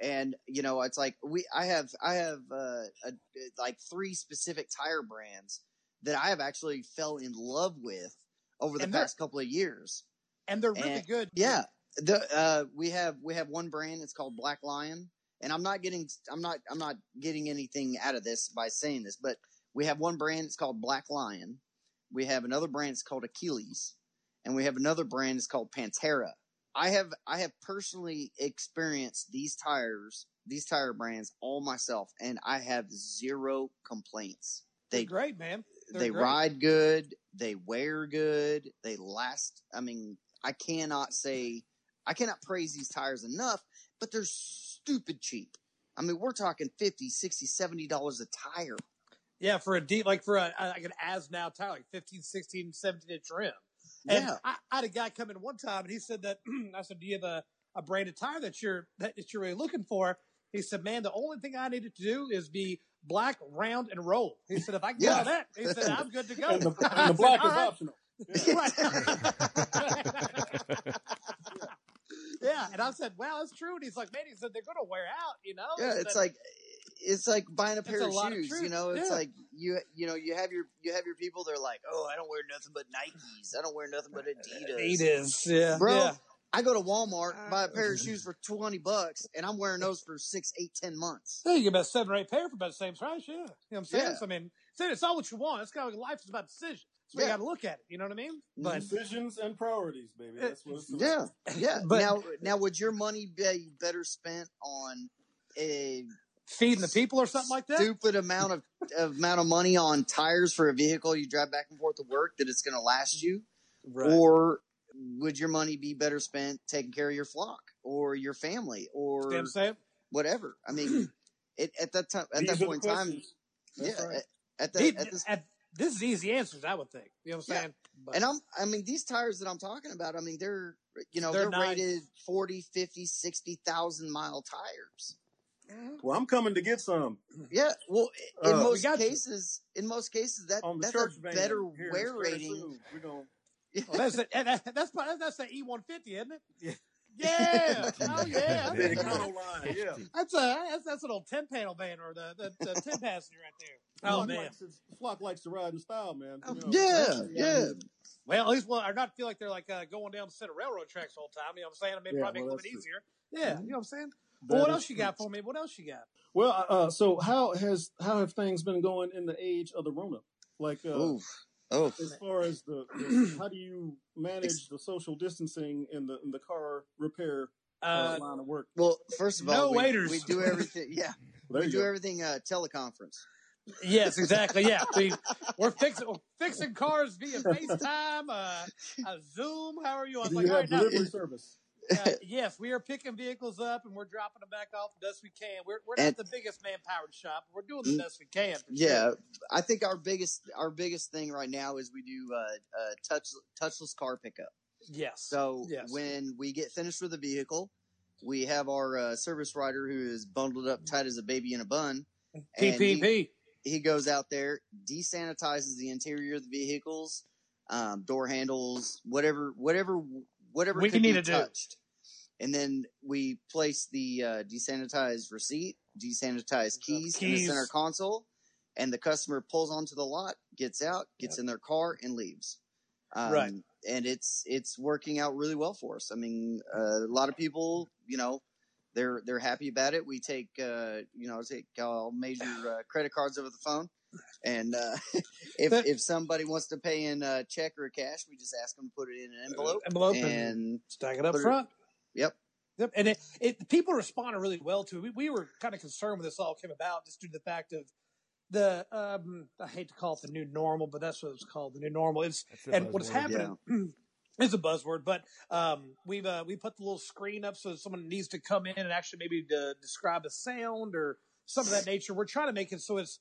S3: And you know, it's like we I have I have uh, a, like three specific tire brands that I have actually fell in love with over the
S2: And they're-
S3: past couple of years.
S2: and they're really
S3: and-
S2: good.
S3: Yeah, the uh, we have we have one brand. It's called Black Lion, and I'm not getting I'm not I'm not getting anything out of this by saying this, but we have one brand. It's called Black Lion. We have another brand. It's called Achilles, and we have another brand. It's called Pantera. I have I have personally experienced these tires, these tire brands, all myself, and I have zero complaints.
S2: They're
S3: They
S2: great, man. They're
S3: they
S2: great.
S3: ride good. They wear good. They last. I mean, I cannot say, I cannot praise these tires enough, but they're stupid cheap. I mean, we're talking 50, 60, 70 dollars a tire.
S2: Yeah, for a deep, like for a, like an as now tire, like 15, 16, 17 inch rim. And
S3: Yeah.
S2: I, I had a guy come in one time and he said that, I said, do you have a, a brand of tire that you're, that, that you're really looking for? He said, man, the only thing I needed to do is be black, round and roll. He said, if I can get
S3: Yeah.
S2: all that, he said, I'm good to go.
S4: And the,
S2: I said,
S4: and the black
S2: "All
S4: is
S2: right."
S4: optional.
S2: yeah. And I said, wow, that's true. And he's like, man, he said, they're going to wear out, you know?
S3: Yeah,
S2: He
S3: it's
S2: said,
S3: like it's like buying a
S2: It's
S3: pair
S2: a
S3: of
S2: lot of
S3: shoes. you
S2: truth,
S3: know, it's
S2: yeah.
S3: like you you know you have your you have your people. They're like, oh, I don't wear nothing but Nikes. I don't wear nothing but Adidas.
S2: Adidas. Yeah. Uh.
S3: Bro,
S2: Yeah.
S3: I go to Walmart buy a pair of shoes for twenty bucks, and I'm wearing those for six, eight, ten months.
S2: Yeah, you get about seven or eight pair for about the same price. Yeah, you know what I'm saying.
S3: Yeah.
S2: So, I mean, so it's all what you want. It's kind of like life is about decisions. So you
S3: Yeah.
S2: got to look at it. You know what I mean? But
S4: Decisions and priorities, baby. That's what it's about.
S3: Yeah, yeah.
S2: But-
S3: Uh, now, now, would your money be better spent on a
S2: feeding the people or something like that.
S3: stupid amount of of amount of money on tires for a vehicle you drive back and forth to work that it's going to last you, or would your money be better spent taking care of your flock or your family or
S2: You know what I'm saying?
S3: whatever? I mean, it, at that time, at
S4: These are
S3: that
S4: the
S3: point in time,
S4: questions.
S3: yeah.
S4: That's right.
S3: At, at
S2: He-
S3: that, at this,
S2: at- this is easy answers, I would think. You know what I'm
S3: Yeah.
S2: saying? But,
S3: and I'm, I mean, these tires that I'm talking about, I mean, they're, you know,
S2: They're
S3: they're,
S2: nice.
S3: rated 40, 50, 60,000 mile tires.
S4: Well, I'm coming to get some.
S3: Yeah, well, i- in
S4: Uh,
S2: We
S3: most
S2: got you.
S3: cases, in most cases, that
S4: On the
S3: that's
S4: church
S3: a
S4: van
S3: better
S4: here in
S3: wear
S4: Square
S3: rating.
S4: Zoo. We're gonna
S2: well, that's it. And that- that's probably, that's the E150, isn't it?
S4: Yeah.
S2: Yeah. oh yeah.
S4: the
S2: That's,
S4: Econo line. Yeah.
S2: that's a that's, that's an old ten panel van or the the, the ten passenger right there. Oh,
S4: Flock likes to- Flock likes to ride in style, man. You know,
S3: Oh, Yeah, yeah,
S2: Well, at least well, or not feel like they're like uh, going down a set of railroad tracks the whole time. You know what I'm saying? I mean,
S4: Yeah,
S2: probably
S4: well,
S2: make it a little
S4: that's Mm-hmm.
S2: bit easier. Yeah,
S3: Mhm.
S2: you know what I'm saying.
S4: That
S2: well, what
S4: is
S2: else you
S4: true.
S2: got for me? What else you got?
S4: Well, uh, so how has how have things been going in the age of the Rona? Like, uh,
S3: Oof. Oh,
S4: as far as the, the how do you manage the social distancing in the in the car repair uh,
S2: Uh,
S4: line of work?
S3: well, first of all,
S2: No
S3: we,
S2: waiters.
S3: we do everything. Yeah,
S4: There
S3: we
S4: you
S3: do
S4: go.
S3: everything uh, teleconference.
S2: yes, exactly. Yeah, we, we're fixing we're fixing cars via FaceTime, uh, uh, Zoom. How are you? I was
S4: do
S2: like,
S4: you
S2: all right,
S4: have
S2: now,
S4: delivery service?
S2: uh, yes, we are picking vehicles up and we're dropping them back off the best we can. We're we're not
S3: And-
S2: the biggest man powered shop. We're doing the
S3: Mm.
S2: best we can. For
S3: Yeah,
S2: sure.
S3: I think our biggest our biggest thing right now is we do uh, uh, touch touchless car pickup.
S2: Yes.
S3: So
S2: Yes.
S3: when we get finished with the vehicle, we have our uh, service rider who is bundled up tight as a baby in a bun. and he-
S2: PPP.
S3: he goes out there, desanitizes the interior of the vehicles, um, door handles, whatever, whatever, whatever
S2: We
S3: could
S2: need to
S3: be
S2: do.
S3: touched. and then we place the uh, desanitized receipt, desanitized keys, in the
S2: Keys.
S3: center console, and the customer pulls onto the lot, gets out, gets in their car, and leaves. Um,
S2: Right.
S3: And it's it's working out really well for us. I mean, uh, a lot of people, you know, they're they're happy about it. We take uh, you know take all major uh, credit cards over the phone, and uh, if
S2: That-
S3: if somebody wants to pay in uh, check or cash, we just ask them to put it in an envelope.
S2: envelope and
S3: And
S2: stack it up
S3: put it-
S2: front.
S3: yep,
S2: Yep, and it, it people responded really well to it. We, we were kind of concerned when this all came about, just due to the fact of the um, I hate to call it the new normal, but that's what it's called, the new normal. It's
S1: That's the
S2: and what's
S1: buzzword.
S2: happening is a buzzword, but um, we've uh, we put the little screen up so someone needs to come in and actually maybe uh describe a sound or some of that nature. We're trying to make it so it's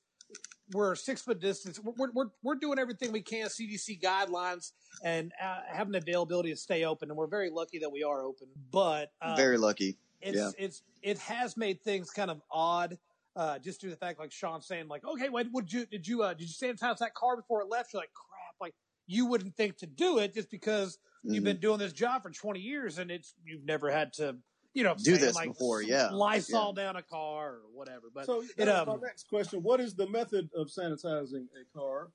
S2: we're six foot distance. We're- We're, we're we're doing everything we can, CDC guidelines, and uh, having the availability to stay open. And we're very lucky that we are open, but um,
S3: very lucky.
S2: it's it's it has made things kind of odd. Uh, just due to the fact, like Sean saying, like, okay, wait, would you did you uh, did you sanitize that car before it left? You're like, crap, like you wouldn't think to do it just because you've
S3: Mhm.
S2: been doing this job for 20 years and it's you've never had to, you know,
S3: Do
S2: say,
S3: this
S2: like,
S3: before, yeah,
S2: Lysol down a car or whatever. But
S4: so
S2: it,
S4: that's
S2: um,
S4: my next question. What is the method of sanitizing a car?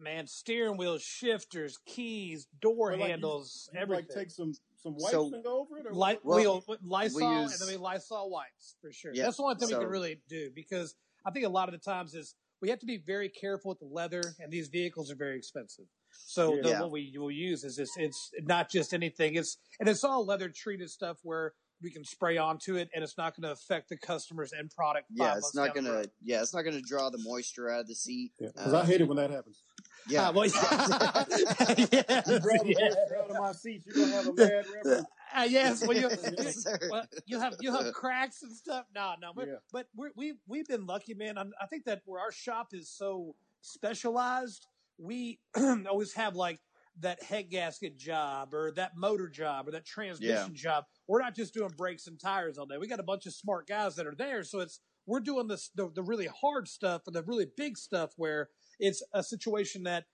S2: man, steering wheel shifters, keys, door
S4: Well, like, you-
S2: handles,
S4: You,
S2: everything.
S4: like take some some wipes
S3: So-
S4: and go over it, or
S2: Light
S3: Well,
S2: wheel Lysol
S3: we
S2: and
S3: use-
S2: then we Lysol wipes for sure.
S3: Yeah,
S2: That's the only thing we
S3: so-
S2: can really do because I think a lot of the times is we have to be very careful with the leather and these vehicles are very expensive. So
S4: Yeah.
S2: the,
S3: Yeah.
S2: what we will use is it's, it's not just anything. It's and it's all leather treated stuff where we can spray onto it and it's not going to affect the customers and product.
S3: yeah.
S2: five months
S3: It's not
S2: down the
S3: gonna
S2: road.
S3: yeah, it's not gonna draw the moisture out of the seat.
S4: because uh, I hate it when that happens.
S3: Yeah,
S2: Ah, well, yeah. yes,
S4: You grab the
S2: yes.
S4: moisture out of my seats, you're gonna have a mad reference.
S2: Ah, yes, well, you,
S3: Yes, sir.
S2: well, you'll have you'll have cracks and stuff. No, no, we're,
S4: Yeah.
S2: but we're, we we've been lucky, man. i I think that where our shop is so specialized, we always have like that head gasket job or that motor job or that transmission job. We're not just doing brakes and tires all day. We got a bunch of smart guys that are there, so it's we're doing this the, the really hard stuff and the really big stuff where it's a situation that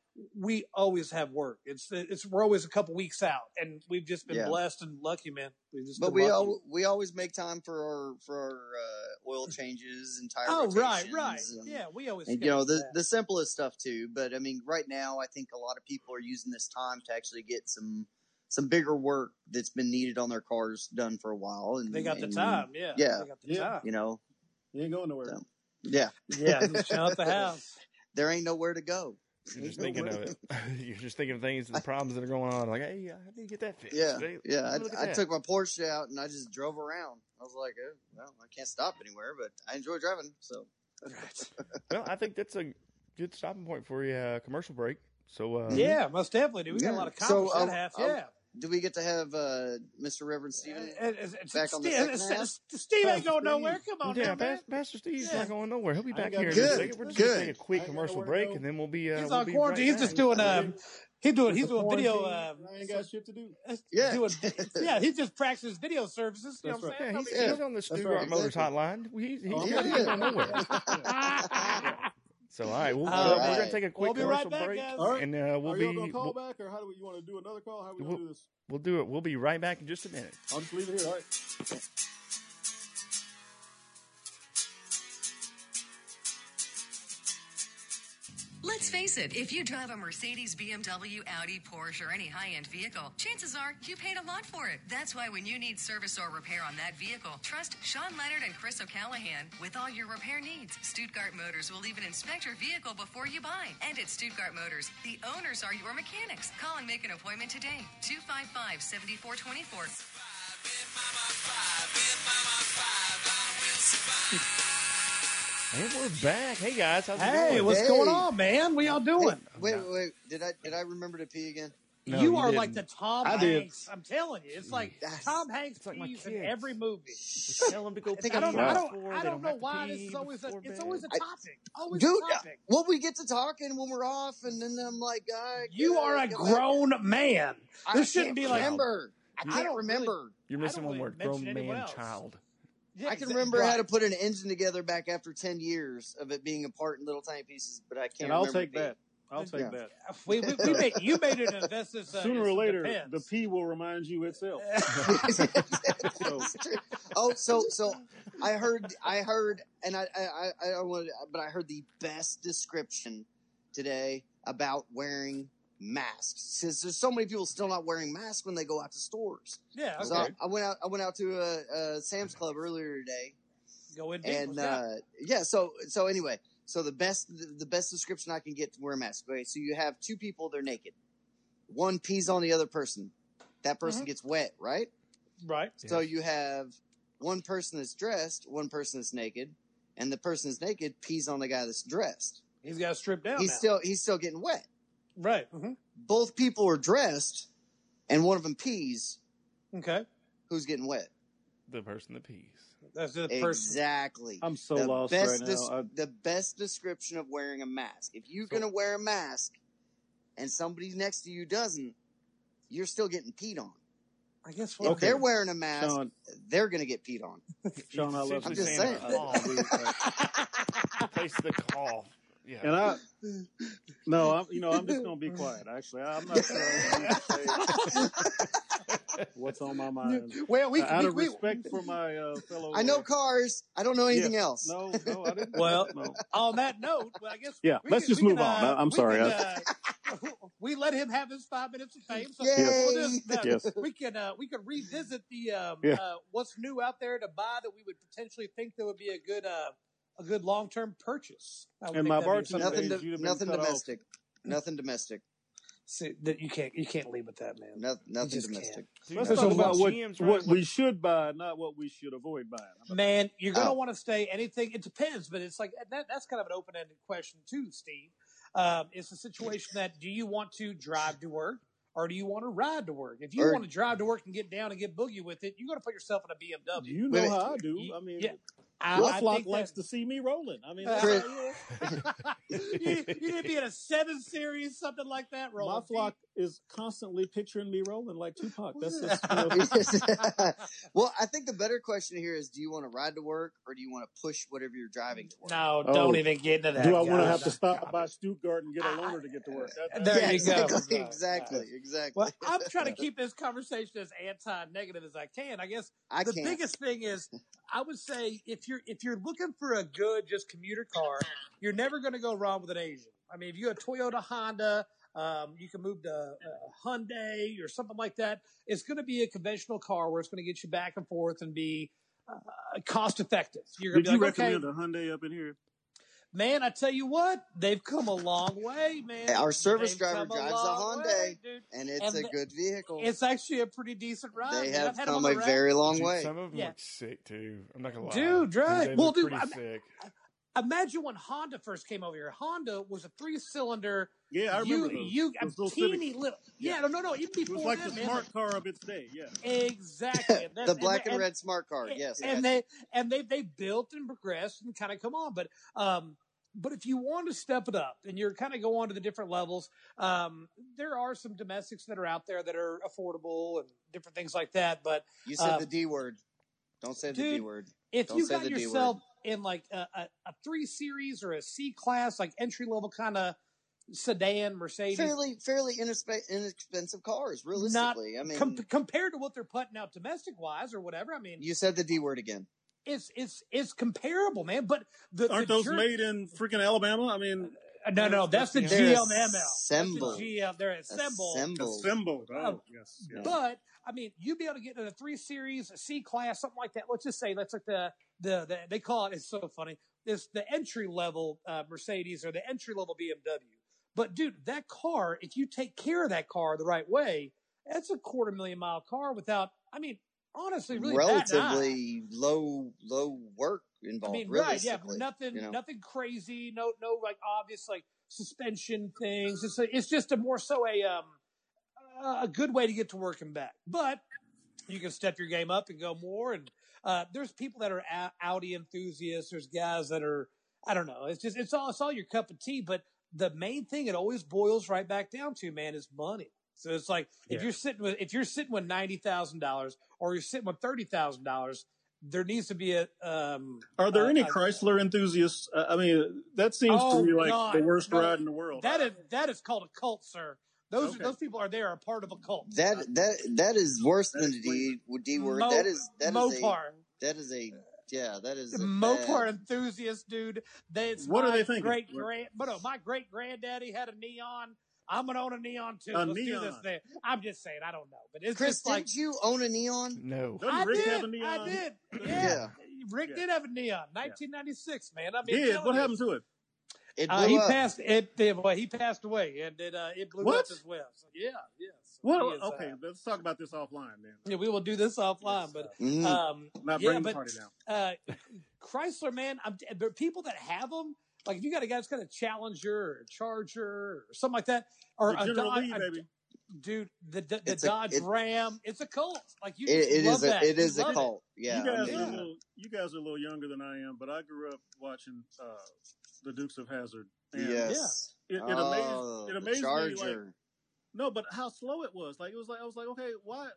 S2: we always have work. It's it's we're always a couple weeks out, and we've just been
S3: Yeah.
S2: blessed and lucky, man. We've just
S3: But
S2: been
S3: we
S2: lucky.
S3: al- we always make time for our for our uh, oil changes and tire
S2: oh right, right,
S3: rotations and-
S2: yeah. We always
S3: And you know
S2: schedule
S3: the
S2: that.
S3: the simplest stuff too. But I mean, right now I think a lot of people are using this time to actually get some some bigger work that's been needed on their cars done for a while. And
S2: they got the
S3: and,
S2: time, yeah,
S3: yeah,
S2: they got the
S4: yeah.
S2: time,
S3: You know,
S4: You ain't going nowhere.
S3: So- yeah,
S2: yeah. just chill at the house.
S3: there ain't nowhere to go.
S1: You're just thinking of it. You're just thinking of things and the problems that are going on. Like, hey, I need to get that fixed.
S3: Yeah,
S1: Hey,
S3: yeah.
S1: let me look at
S3: I, I
S1: that.
S3: took my Porsche out and I just drove around. I was like, oh, well, I can't stop anywhere, but I enjoy driving. So
S1: Well, I think that's a good stopping point for a uh, commercial break. So, uh,
S2: Yeah, most definitely, dude. We got
S3: Yeah.
S2: a lot of
S3: So, um,
S2: comments
S3: I'll-
S2: that half,
S3: I'll-
S2: yeah.
S3: do we get to have uh, Mr. Reverend Steven?
S2: And- and- and
S3: back on the
S2: Steve,
S3: second
S2: Steve-
S3: half?
S2: Steve ain't going
S4: Steve.
S2: nowhere. Come on,
S1: yeah,
S2: now, man.
S1: Pas- Pastor Steve's
S2: Yeah.
S1: not going nowhere. He'll be
S4: I ain't
S1: back
S4: got
S1: here. in
S3: good.
S1: a second. We're just gonna
S3: Good.
S1: take a
S4: I
S1: quick
S4: ain't got
S1: commercial
S4: nowhere to
S1: break,
S4: go.
S1: and then we'll be. Uh,
S2: He's
S1: we'll
S2: on
S1: be
S2: quarantine.
S1: Right
S2: He's just
S1: back.
S2: doing um, he's doing
S4: It's
S2: he's
S4: a
S2: doing video uh,
S4: quarantine, I ain't got shit to do.
S3: Yeah.
S2: doing yeah. He's just practicing video services. You know what
S4: That's
S2: I'm
S4: right.
S2: saying?
S1: Yeah,
S2: No
S1: he's, he's
S2: big deal.
S1: on the Stuart
S3: right,
S1: Motors
S3: exactly.
S1: hotline. We, he's
S4: Oh,
S1: he's
S4: yeah.
S1: got he's going nowhere. So, all right, we'll,
S2: All
S1: we're
S3: right.
S1: gonna take a quick
S2: We'll be right
S1: commercial
S2: back,
S1: break,
S2: guys.
S4: All right.
S1: and uh, we'll
S4: are
S1: be
S4: y'all gonna call
S1: we'll,
S4: back, or how do we, you want to do another call? How are we gonna
S1: We'll-
S4: do this?
S1: we'll do it. We'll be right back in just a minute.
S4: I'll just leave it here. All right.
S5: Let's face it, if you drive a Mercedes, BMW, Audi, Porsche, or any high end vehicle, chances are you paid a lot for it. That's why when you need service or repair on that vehicle, trust Sean Leonard and Chris O'Callahan with all your repair needs. Stuttgart Motors will even inspect your vehicle before you buy. And at Stuttgart Motors, the owners are your mechanics. Call and make an appointment today 255 7424.
S1: And we're back. Hey guys, how's it
S2: Hey,
S1: going?
S2: what's
S3: Hey.
S2: going on, man? What y'all doing?
S3: Wait, wait, wait. Did I did I remember to pee again?
S1: No,
S2: you,
S1: you
S2: are like the
S1: didn't.
S2: Tom
S4: I did.
S2: Hanks. I'm telling you, it's like
S3: That's-
S2: Tom Hanks
S1: like my
S2: pees in
S1: kids.
S2: every movie.
S1: Tell him to go.
S2: I,
S3: think
S1: pee
S3: I'm
S2: don't,
S4: wow.
S2: I don't,
S1: before,
S2: I
S1: they
S2: don't know
S1: have to
S2: why this
S1: pee
S2: is always a,
S1: before
S2: it's
S1: bed.
S2: always a
S3: I-
S2: topic. Always
S3: Dude,
S2: a topic.
S3: well, we get to talking when we're off, and then I'm like, I
S2: You are a grown man.
S3: I
S2: This shouldn't
S3: can't
S2: be like.
S3: remember. I
S1: You-
S2: I
S3: can't
S2: don't
S3: remember.
S1: You're
S2: I
S1: missing
S2: don't
S1: one
S2: really
S1: word.
S2: mention
S1: Grown
S2: anyone
S1: man,
S2: else.
S1: child.
S2: Yeah,
S3: I can
S2: exa-
S3: remember how
S2: right.
S3: to put an engine together back after ten years of it being apart in little tiny pieces, but I can't.
S4: And I'll
S3: remember
S4: take
S3: to pee.
S4: that. I'll take
S3: Yeah.
S4: that.
S2: We, we, we made, you made an investment. Uh,
S4: Sooner or later,
S2: depends.
S4: the P will remind you itself. So,
S3: oh, so so I heard I heard and I I I, I don't want but I heard the best description today about wearing masks since there's so many people still not wearing masks when they go out to stores.
S2: yeah,
S3: So I,
S1: Okay.
S3: I went out I went out to a, a Sam's Club earlier today
S2: go in deep with
S3: and
S2: that.
S3: uh, yeah, so so anyway, so the best the best description I can get to wear a mask. Okay, so you have two people, they're naked. One pees on the other person. That person gets wet, right?
S2: right.
S3: So you have one person that's dressed, one person that's naked, and the person that's naked pees on the guy that's dressed.
S2: He's got to strip down.
S3: he's
S2: now.
S3: still he's still getting wet.
S2: right. Mhm.
S3: Both people are dressed, and one of them pees.
S2: Okay,
S3: Who's getting wet?
S1: The person that pees.
S2: that's the person.
S3: Exactly.
S4: I'm so
S3: the
S4: lost right
S3: best
S4: now.
S3: des-
S4: I,
S3: the best description of wearing a mask. If you're gonna wear a mask, and somebody next to you doesn't, you're still getting peed on.
S2: I guess
S3: If
S2: what
S4: Okay.
S3: they're wearing a mask,
S4: Sean,
S3: they're gonna get peed on.
S4: Sean, I
S1: He's
S3: I'm
S4: love you.
S1: essentially
S3: just
S1: saying
S4: I-
S1: the
S4: I do, but-
S1: call. Place the call. Yeah.
S4: and I, no, I'm, you know, I'm just gonna be quiet. Actually, I'm not sure I'm gonna say what's on my mind.
S2: uh, well, we,
S4: Uh, Out
S2: we,
S4: of
S2: we
S4: respect for my uh, fellow,
S3: I know
S4: uh,
S3: cars. I don't know anything
S4: Yeah.
S3: else.
S4: No, no, I didn't.
S2: Well-
S4: no.
S2: on that note, well, I guess
S4: Yeah,
S2: we
S4: let's
S2: can-
S4: just
S2: we
S4: move
S2: can,
S4: on. I- I'm
S2: we
S4: sorry,
S2: can, uh, we let him have his five minutes of fame. So
S3: Yes.
S2: we'll just, uh,
S4: Yes.
S2: we can uh, we can revisit the um,
S4: Yeah.
S2: uh, what's new out there to buy that we would potentially think that would be a good uh, a good long term purchase. I would
S4: And
S2: think
S4: my
S2: that'd be
S4: bartender-
S2: something
S3: nothing,
S4: days you'd
S3: do-
S4: have
S3: nothing
S4: been cut off.
S3: domestic. Nothing domestic.
S2: See, that you can't you can't leave with that man.
S3: No, nothing
S2: just
S3: domestic.
S1: Dude,
S4: Let's
S1: that's
S2: That's
S4: talk
S2: a
S4: about
S2: lot.
S4: what,
S1: GM's running
S4: what
S1: with-
S4: we should buy, not what we should avoid buying.
S2: Man, you're gonna
S3: Oh.
S2: want to stay anything. It depends, but it's like that, that's kind of an open ended question too, Steve. Um, it's a situation that do you want to drive to work or do you want to ride to work? If you
S3: Or-
S2: want to drive to work and get down and get boogie with it, you're gonna put yourself in a BMW.
S4: You
S3: Wait a
S4: know
S3: minute.
S4: how I do. I mean,
S2: Yeah. I,
S4: my
S2: I
S4: flock
S2: think
S4: likes
S2: that-
S4: to see me rolling. I mean,
S2: Uh,
S4: that's how
S3: Chris-
S4: you-
S2: you, need- you need to be in a seven series, something like that.
S4: my
S2: Roland.
S4: flock is constantly picturing me rolling like Tupac. That's just, you know,
S3: well, I think the better question here is: Do you want to ride to work, or do you want to push whatever you're driving to work?
S2: No, don't
S4: Oh.
S2: even get into that.
S4: do I want to
S2: guys.
S4: have to stop
S1: Stop
S4: by
S1: it.
S4: Stuttgart and get a
S2: I-
S4: loaner to get to work? That-
S2: There
S3: yeah,
S2: you go.
S3: exactly,
S2: Right,
S3: exactly,
S2: right.
S3: exactly.
S2: Well, I'm trying to keep this conversation as anti-negative as I can. I guess
S3: I
S2: the
S3: can't.
S2: biggest thing is I would say if you're if you're looking for a good just commuter car, you're never going to go wrong with an Asian. I mean, if you have a Toyota Honda, um, you can move to uh, Hyundai or something like that. It's going to be a conventional car where it's going to get you back and forth and be uh, cost effective. You're going
S4: Did
S2: to
S4: you
S2: be like, okay,
S4: recommend a Hyundai up in here?
S2: man, I tell you what, they've come a long way, man.
S3: Our service
S2: They've
S3: driver
S2: come
S3: drives a
S2: long
S3: Hyundai.
S2: way, dude.
S3: and it's
S2: And
S3: a
S2: the-
S3: good vehicle.
S2: It's actually a pretty decent ride.
S3: they
S2: man. I've
S3: have
S2: had
S3: come
S2: them
S3: a
S2: on the rack.
S3: very long
S1: Dude,
S3: way.
S1: Some of them
S2: Yeah.
S1: look sick too. I'm not gonna lie,
S2: Dude, right.
S1: they
S2: Well,
S1: look
S2: dude,
S1: pretty
S2: I'm-
S1: sick.
S2: Imagine when Honda first came over here. Honda was a three-cylinder.
S4: Yeah, I
S2: you,
S4: remember those.
S2: you, a
S4: Those little
S2: teeny
S4: Civics.
S2: little. Yeah,
S4: Yeah.
S2: no, no, no. Even
S4: It
S2: before
S4: was like
S2: that,
S4: the
S2: man,
S4: smart car of its day. Yeah.
S2: exactly. And that-
S3: the black
S2: the-
S3: and, red smart card. Yes, I
S2: and
S3: got you.
S2: they and they they built and progressed and kind of come on, but um, but if you want to step it up and you're kind of go on to the different levels, um, there are some domestics that are out there that are affordable and different things like that. But
S3: you said
S2: uh,
S3: the D word. Don't say the
S2: dude,
S3: D word.
S2: if
S3: Don't
S2: you
S3: say
S2: got
S3: the D
S2: yourself in like a, a, a three series or a C class, like entry level kind of sedan, Mercedes,
S3: Fairly, fairly inexpe- inexpensive cars. Realistically, I mean,
S2: com- compared to what they're putting out domestic wise or whatever, I mean,
S3: you said the D word again.
S2: it's it's it's comparable, man. But the
S4: Aren't
S2: the
S4: those
S2: jour-
S4: made in freaking Alabama? I mean,
S2: Uh, No, no, that's the
S1: They're
S2: GMML. That's the
S3: assembled.
S2: GM. They're assembled.
S3: Assembled.
S4: assembled.
S2: Oh.
S4: Oh, yes. yes.
S2: But I mean, you'd be able to get in a three series, a C class, something like that. Let's just say that's like the the, the they call it. It's so funny. It's the entry level uh, Mercedes or the entry level BMW. But dude, that car, if you take care of that car the right way, that's a quarter million mile car without. I mean, honestly, really that high.
S3: relatively low, low work
S2: I
S3: involved.
S2: mean, right? Yeah,
S3: realistically,
S2: but nothing,
S3: you know?
S2: nothing crazy. No, no, like obvious like suspension things. It's a, it's just a more so a um a- a good way to get to work and back. But you can step your game up and go more. And uh, there's people that are a- Audi enthusiasts. There's guys that are I don't know. It's just it's all it's all your cup of tea. But the main thing it always boils right back down to, man, is money. So it's like if
S4: Yeah.
S2: you're sitting with if you're sitting with ninety thousand dollars or you're sitting with thirty thousand dollars, there needs to be a. Um,
S4: Are there
S2: uh,
S4: any
S2: a-
S4: Chrysler enthusiasts? Uh, I mean, that seems
S2: Oh,
S4: to me like
S2: God.
S4: the worst
S2: No,
S4: ride in the world.
S2: That is that is called a cult, sir. Those
S4: Okay.
S2: those people are there are part of a cult.
S3: That that that is worse
S4: That
S3: than
S4: is
S3: a D D word.
S2: Mo-
S3: that is that is
S2: Mopar,
S3: a that is a yeah. That is a
S2: Mopar
S3: bad-
S2: enthusiast, dude. They, it's
S4: What are
S2: my
S4: they thinking?
S2: Great grand, but no, my great granddaddy had a neon. I'm gonna own a neon too.
S4: A
S2: Let's do this
S4: neon.
S2: thing. I'm just saying, I don't know, but it's
S3: Chris,
S2: just like
S3: didn't you own a neon?
S1: No.
S4: Doesn't
S2: I
S4: Rick
S2: did,
S4: have a neon?
S2: I did. Yeah,
S3: Yeah.
S2: Rick
S4: Yeah.
S2: did have a neon. 1996, man. I mean,
S4: Did
S2: I'm
S4: what
S2: telling you.
S4: happened to it?
S3: It blew
S2: Uh, he
S3: up.
S2: passed. It, it well, he passed away, and it uh, it blew
S4: What?
S2: up as well. So, yeah, yes.
S4: What? Okay,
S2: uh,
S4: let's talk about this offline then.
S2: yeah, we will do this offline,
S4: Yes, Hmm.
S2: but
S3: Mhm.
S2: um,
S4: Not
S2: yeah,
S4: bringing the
S2: but
S4: party down.
S2: uh, Chrysler, man, I'm, there are people that have them. Like if you got a guy that's got a Challenger or a Charger or something like that, or
S4: The
S2: a,
S4: General
S2: Dodge,
S4: Lee,
S2: a-
S4: baby.
S2: dude, the the, the
S3: It's a-
S2: Dodge
S3: it-
S2: Ram, it's a cult. Like you,
S3: It-
S2: just
S3: it
S2: love
S3: is a
S2: that.
S3: it
S2: You
S3: is a
S2: love
S3: cult. Yeah.
S4: you guys
S3: I
S4: are a
S3: mean,
S4: little you guys are a little younger than I am, but I grew up watching uh, the Dukes of Hazard.
S3: Yes.
S4: It, it
S3: Oh,
S4: amazed it
S3: the
S4: amazed me like
S3: Charger.
S4: no, but how slow it was. Like it was like I was like, okay, why